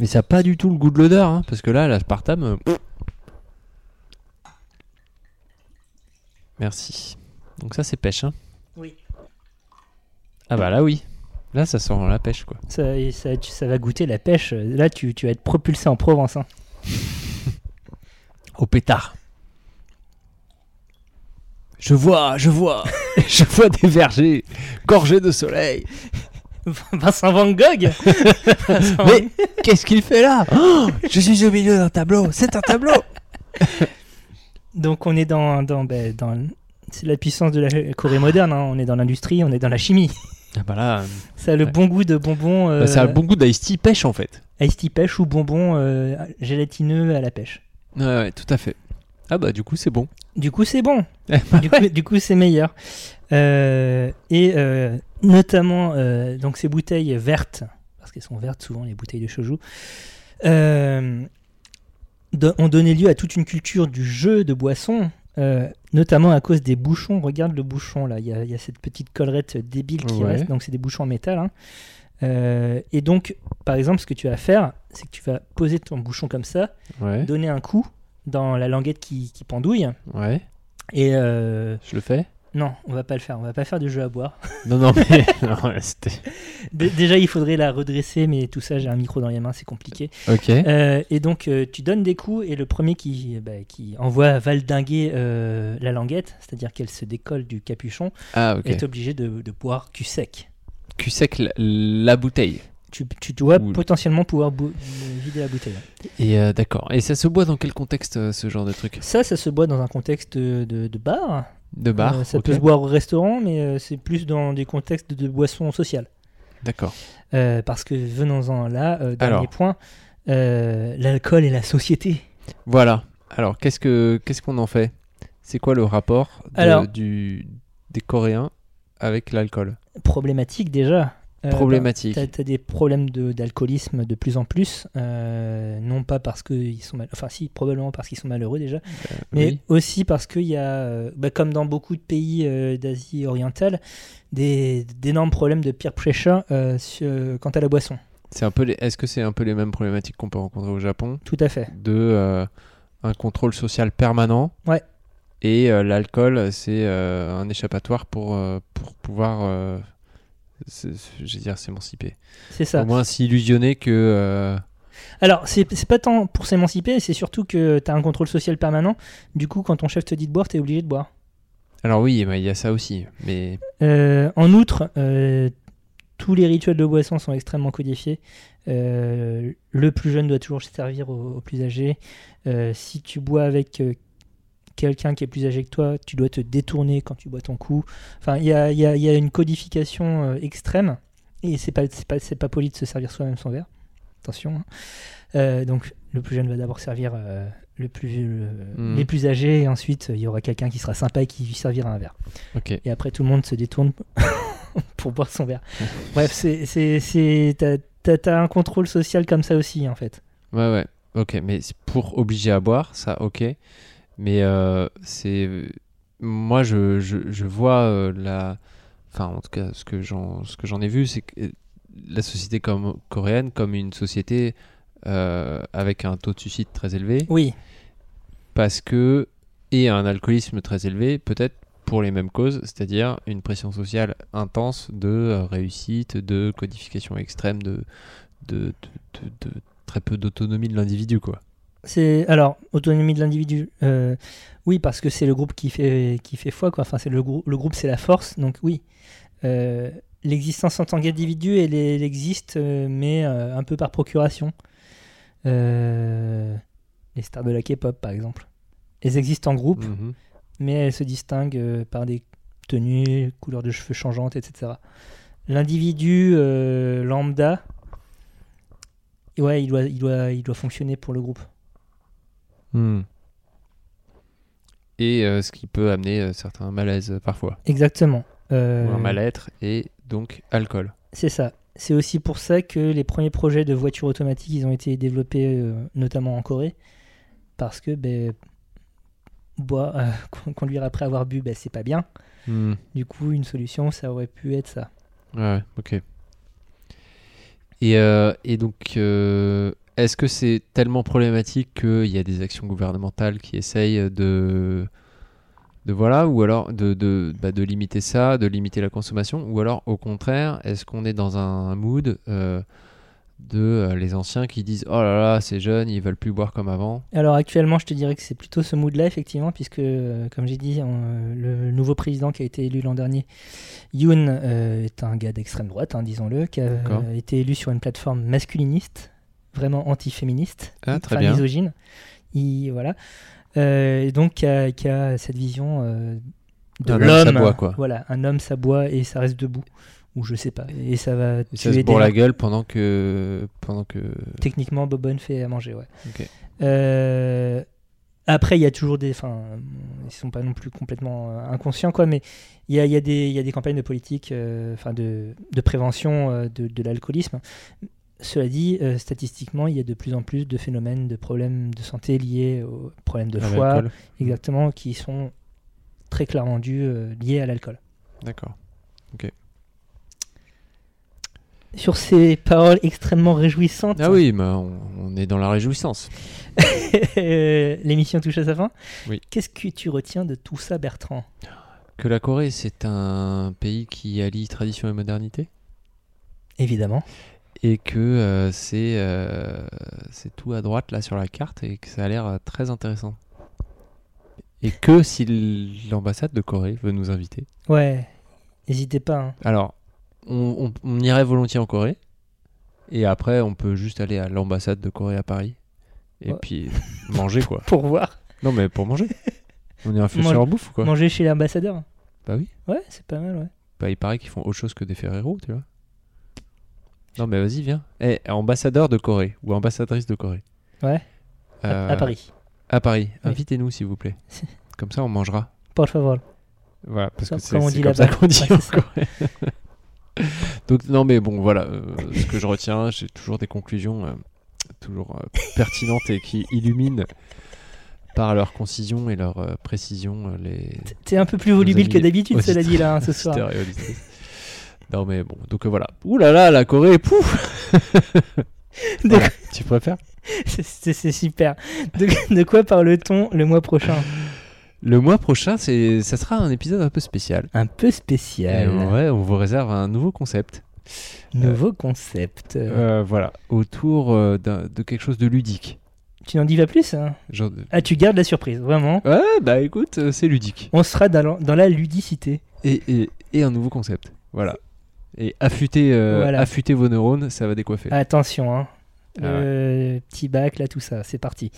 Mais ça n'a pas du tout le goût de l'odeur, hein, parce que là, l'aspartame. euh, pff. Merci. Donc ça, c'est pêche. Hein.
Oui.
Ah bah là, oui. Là, ça sent la pêche quoi.
Ça, et ça, tu- ça va goûter la pêche. Là, tu, tu vas être propulsé en Provence. hein. [laughs]
Au pétard. Je vois, je vois, [laughs] je vois des vergers gorgés de soleil.
Vincent Van
[laughs]
Gogh Vincent
Mais-
Van Gogh.
Qu'est-ce qu'il fait là Oh, Je suis au milieu d'un tableau, c'est un tableau
Donc on est dans, dans, ben, dans- c'est la puissance de la Corée moderne. hein. On est dans l'industrie, on est dans la chimie.
[laughs] Ah bah là, euh,
Ça a le
Ouais.
bon goût de bonbon euh,
bah ça a le bon goût d'Ice Tea pêche en fait.
iced tea pêche ou bonbon euh, gélatineux à la pêche.
Ouais, ouais, tout à fait. Ah bah du coup c'est bon.
Du coup, c'est
[laughs]
bon.
Eh
du, coup, du coup, c'est meilleur. Euh, et euh, notamment, euh, donc ces bouteilles vertes, parce qu'elles sont vertes souvent, les bouteilles de shoju, euh, don- ont donné lieu à toute une culture du jeu de boissons, euh, notamment à cause des bouchons. Regarde le bouchon, là. Il y, a- il y a cette petite collerette débile qui
Ouais.
reste. Donc, c'est des bouchons en métal. hein. Euh, et donc, par exemple, ce que tu vas faire, c'est que tu vas poser ton bouchon comme ça,
Ouais,
donner un coup dans la languette qui- qui pendouille.
ouais,
Et euh,
je le fais.
non, on va pas le faire, on va pas faire de jeu à boire. [laughs]
Non, non, [laughs] mais non, ouais, c'était...
Dé- Déjà, il faudrait la redresser, mais tout ça, j'ai un micro dans les mains, c'est compliqué.
Ok.
Euh, et donc, euh, tu donnes des coups, et le premier qui, bah, qui envoie valdinguer euh, la languette, c'est-à-dire qu'elle se décolle du capuchon,
Ah ok.
est obligé de, de boire cul sec.
Tu sais que la, la bouteille.
Tu, tu dois
Ouh.
potentiellement pouvoir bo- vider la bouteille.
Et euh, d'accord. Et ça se boit dans quel contexte euh, ce genre de truc
Ça, ça se boit dans un contexte de, de- de bar.
De bar
Euh, ça
ok.
peut se boire au restaurant, mais euh, c'est plus dans des contextes de boissons sociales.
D'accord.
Euh, parce que venons-en là, euh, dernier
Alors.
point, euh, l'alcool et la société.
Voilà. Alors qu'est-ce, que, qu'est-ce qu'on en fait C'est quoi le rapport de-
Alors-
du, des Coréens avec l'alcool
Problématique déjà. euh,
Problématique.
T'as t'as des problèmes de- d'alcoolisme de, plus en plus, euh, non pas parce qu'ils sont mal... enfin si probablement parce qu'ils sont malheureux déjà, mais
Euh, Oui.
aussi parce qu'il y a, euh, bah, comme dans beaucoup de pays euh, d'Asie orientale, des d'énormes problèmes de peer pressure euh, sur- quant à la boisson.
C'est un peu les- Est-ce que c'est un peu les mêmes problématiques qu'on peut rencontrer au Japon
Tout à fait.
de euh, un contrôle social permanent.
Ouais.
Et euh, l'alcool, c'est euh, un échappatoire pour, euh, pour pouvoir, euh, c'est- c'est- je veux dire, s'émanciper.
C'est ça.
Au moins s'illusionner que. euh,
Alors, c'est c'est pas tant pour s'émanciper, c'est surtout que t'as un contrôle social permanent. Du coup, quand ton chef te dit de boire, t'es obligé de boire.
Alors oui, eh ben, il y a ça aussi. Mais
Euh, en outre, euh, tous les rituels de boisson sont extrêmement codifiés. Euh, le plus jeune doit toujours se servir au, au plus âgé. Euh, si tu bois avec euh, quelqu'un qui est plus âgé que toi, tu dois te détourner quand tu bois ton coup. Enfin, il y a, il y a- il y a une codification euh, extrême. Et c'est pas, c'est pas, c'est pas poli de se servir soi-même son verre. Attention. hein. Euh, donc, le plus jeune va d'abord servir euh, le plus, le-
Mhm.
les plus âgés. Et ensuite, il y aura quelqu'un qui sera sympa et qui lui servira un verre
ok.
et après tout le monde se détourne [laughs] pour boire son verre. Bref, c'est c'est- c'est- t'as- t'as t'as un contrôle social comme ça aussi en fait.
Ouais, ouais. Ok, mais c'est pour obliger à boire, ça, ok. Mais euh, c'est. Moi, je, je, je vois euh, la. Enfin, en tout cas, ce que j'en, ce que j'en ai vu, c'est que euh, la société comme, coréenne, comme une société euh, avec un taux de suicide très élevé,
Oui,
parce que. et un alcoolisme très élevé, peut-être pour les mêmes causes, c'est-à-dire une pression sociale intense de euh, réussite, de codification extrême, de, de, de, de- de très peu d'autonomie de l'individu, quoi.
c'est alors autonomie de l'individu. euh, oui, parce que c'est le groupe qui fait qui fait foi quoi. Enfin, c'est le, grou- le groupe, c'est la force. Donc oui, Euh, l'existence en tant qu'individu, elle, est- elle existe, euh, mais euh, un peu par procuration. Euh, les stars de la K-pop par exemple, elles existent en groupe.
Mhm.
mais elles se distinguent euh, par des tenues, couleurs de cheveux changeantes, etc. L'individu euh, lambda, ouais, il doit, il, doit, il doit fonctionner pour le groupe.
Hmm. Et euh, ce qui peut amener euh, certains malaises euh, parfois,
Exactement. Euh,
ou un mal-être et donc alcool.
c'est ça. C'est aussi pour ça que les premiers projets de voitures automatiques, ils ont été développés euh, notamment en Corée, parce que ben, boire- euh, [laughs] con- conduire après avoir bu, ben, c'est pas bien.
Hmm.
Du coup, une solution, ça aurait pu être ça.
Ouais, ok. Et, euh, et donc, euh, est-ce que c'est tellement problématique qu'il y a des actions gouvernementales qui essayent de, de voilà, ou alors de, de, bah, de limiter ça, de limiter la consommation, ou alors au contraire, est-ce qu'on est dans un mood euh, de euh, les anciens qui disent oh là là, ces jeunes, ils veulent plus boire comme avant.
Alors actuellement, je te dirais que c'est plutôt ce mood-là, effectivement, puisque, euh, comme j'ai dit, on- le nouveau président qui a été élu l'an dernier, Yoon, euh, est un gars d'extrême droite, hein, disons-le, qui a euh,
D'accord.
été élu sur une plateforme masculiniste, vraiment anti-féministe,
Ah, très
enfin,
bien.
misogyne. Il, voilà. Euh, et donc, qui a, qui a cette vision euh, de
Un homme, ça
l'homme.
boit, quoi.
Voilà, un homme, ça boit et ça reste debout. Ou je sais pas. Et ça va
Et
tuer
ça se
des
bourre la gueule pendant que. Pendant que...
Techniquement, Bobonne fait à manger, ouais.
Ok.
Euh, après, il y a toujours des. Enfin, ils sont pas non plus complètement euh, inconscients, quoi, mais il y a, il y a des, il y a des campagnes de politique, euh, enfin, de, de prévention euh, de, de l'alcoolisme. Cela dit, euh, statistiquement, il y a de plus en plus de phénomènes, de problèmes de santé liés aux problèmes de
à
foie,
l'alcool.
exactement, qui sont très clairement dus euh, liés à l'alcool.
D'accord.
Sur ces paroles extrêmement réjouissantes, [laughs]
Ah oui, mais on, on est dans la réjouissance.
euh, l'émission touche à sa fin.
Oui.
Qu'est-ce que tu retiens de tout ça, Bertrand
Que la Corée, c'est un pays qui allie tradition et modernité,
Évidemment.
et que euh, c'est euh, c'est tout à droite là sur la carte, et que ça a l'air euh, très intéressant. Et que si l'ambassade de Corée veut nous inviter,
Ouais, n'hésitez pas. hein.
alors on, on- on irait volontiers en Corée, et après on peut juste aller à l'ambassade de Corée à Paris, et
Ouais.
puis manger quoi.
Pour voir.
Non mais pour
[laughs]
manger. On est un
Mange-
en bouffe ou quoi
Manger chez l'ambassadeur.
Bah oui.
Ouais, c'est pas mal, ouais.
Bah, il paraît qu'ils font autre chose que des Ferrero, tu vois. Non, mais vas-y, viens. Eh, ambassadeur de Corée ou ambassadrice de Corée.
Ouais. À-
Euh,
À, Paris.
À Paris.
Oui.
Invitez-nous, s'il vous
[laughs]
plaît.
Si.
Comme ça, on mangera.
Por favor.
Voilà, parce
Comme-
que c'est
comme on
c'est
dit
comme ça
[laughs] là-bas.
qu'on dit
Ouais,
en
c'est ça.
Corée. Donc non, mais bon, voilà, euh, ce que je retiens, j'ai toujours des conclusions euh, toujours euh, pertinentes et qui illuminent par leur concision et leur euh, précision euh, les
T'es un peu plus volubile
amis
que d'habitude, cela dit là, hein, ce soir.
auditeurs et auditrices. Non mais bon, donc euh, voilà. Ouh là là, la Corée, pouf
[laughs]
Voilà, Tu préfères
C'est- [laughs] C'est c'est super. De, de quoi parle-t-on le mois prochain
Le mois prochain, c'est ça sera un épisode un peu spécial.
Un peu
Et
spécial.
ouais, on vous réserve un nouveau concept.
Nouveau concept.
Euh, voilà, autour euh, d'un- de quelque chose de ludique.
Tu n'en dis pas plus hein
Genre de-
Ah, tu gardes la surprise, vraiment.
Ouais, bah écoute, euh, c'est ludique.
On sera dans, la- dans la ludicité.
Et, et- et un nouveau concept. Voilà. Et affûtez, euh,
Voilà.
affûtez vos neurones, ça va décoiffer.
Attention, hein.
Ah
Euh, Petit bac, là, tout ça, c'est parti.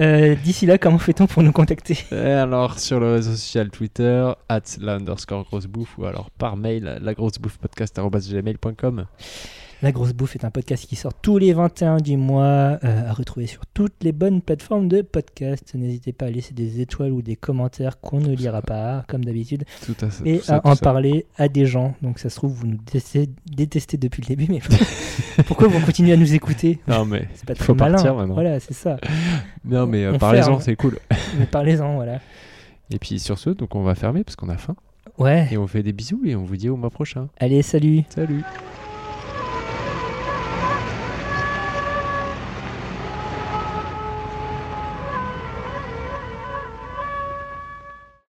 Euh, D'ici là, comment fait-on pour nous contacter
Et alors, sur le réseau social Twitter, at la underscore grosse bouffe, ou alors par mail, la grosse bouffe podcast
La Grosse Bouffe est un podcast qui sort tous les 21 du mois, euh, à retrouver sur toutes les bonnes plateformes de podcast. N'hésitez pas à laisser des étoiles ou des commentaires qu'on ne lira pas, comme d'habitude,
Tout à ça.
et
tout ça,
à
tout
en
ça.
parler à des gens. Donc ça se trouve, vous nous détestez, détestez depuis le début, mais [laughs] pourquoi- pourquoi vous continuez à nous écouter
Non mais,
C'est pas très
faut
malin.
partir maintenant.
Voilà, c'est ça.
non, mais euh,
On
parlez-en,
ferme.
c'est cool.
Mais parlez-en, voilà.
Et puis sur ce, donc on va fermer parce qu'on a faim.
Ouais,
Et on fait des bisous et on vous dit au mois prochain.
allez, salut
Salut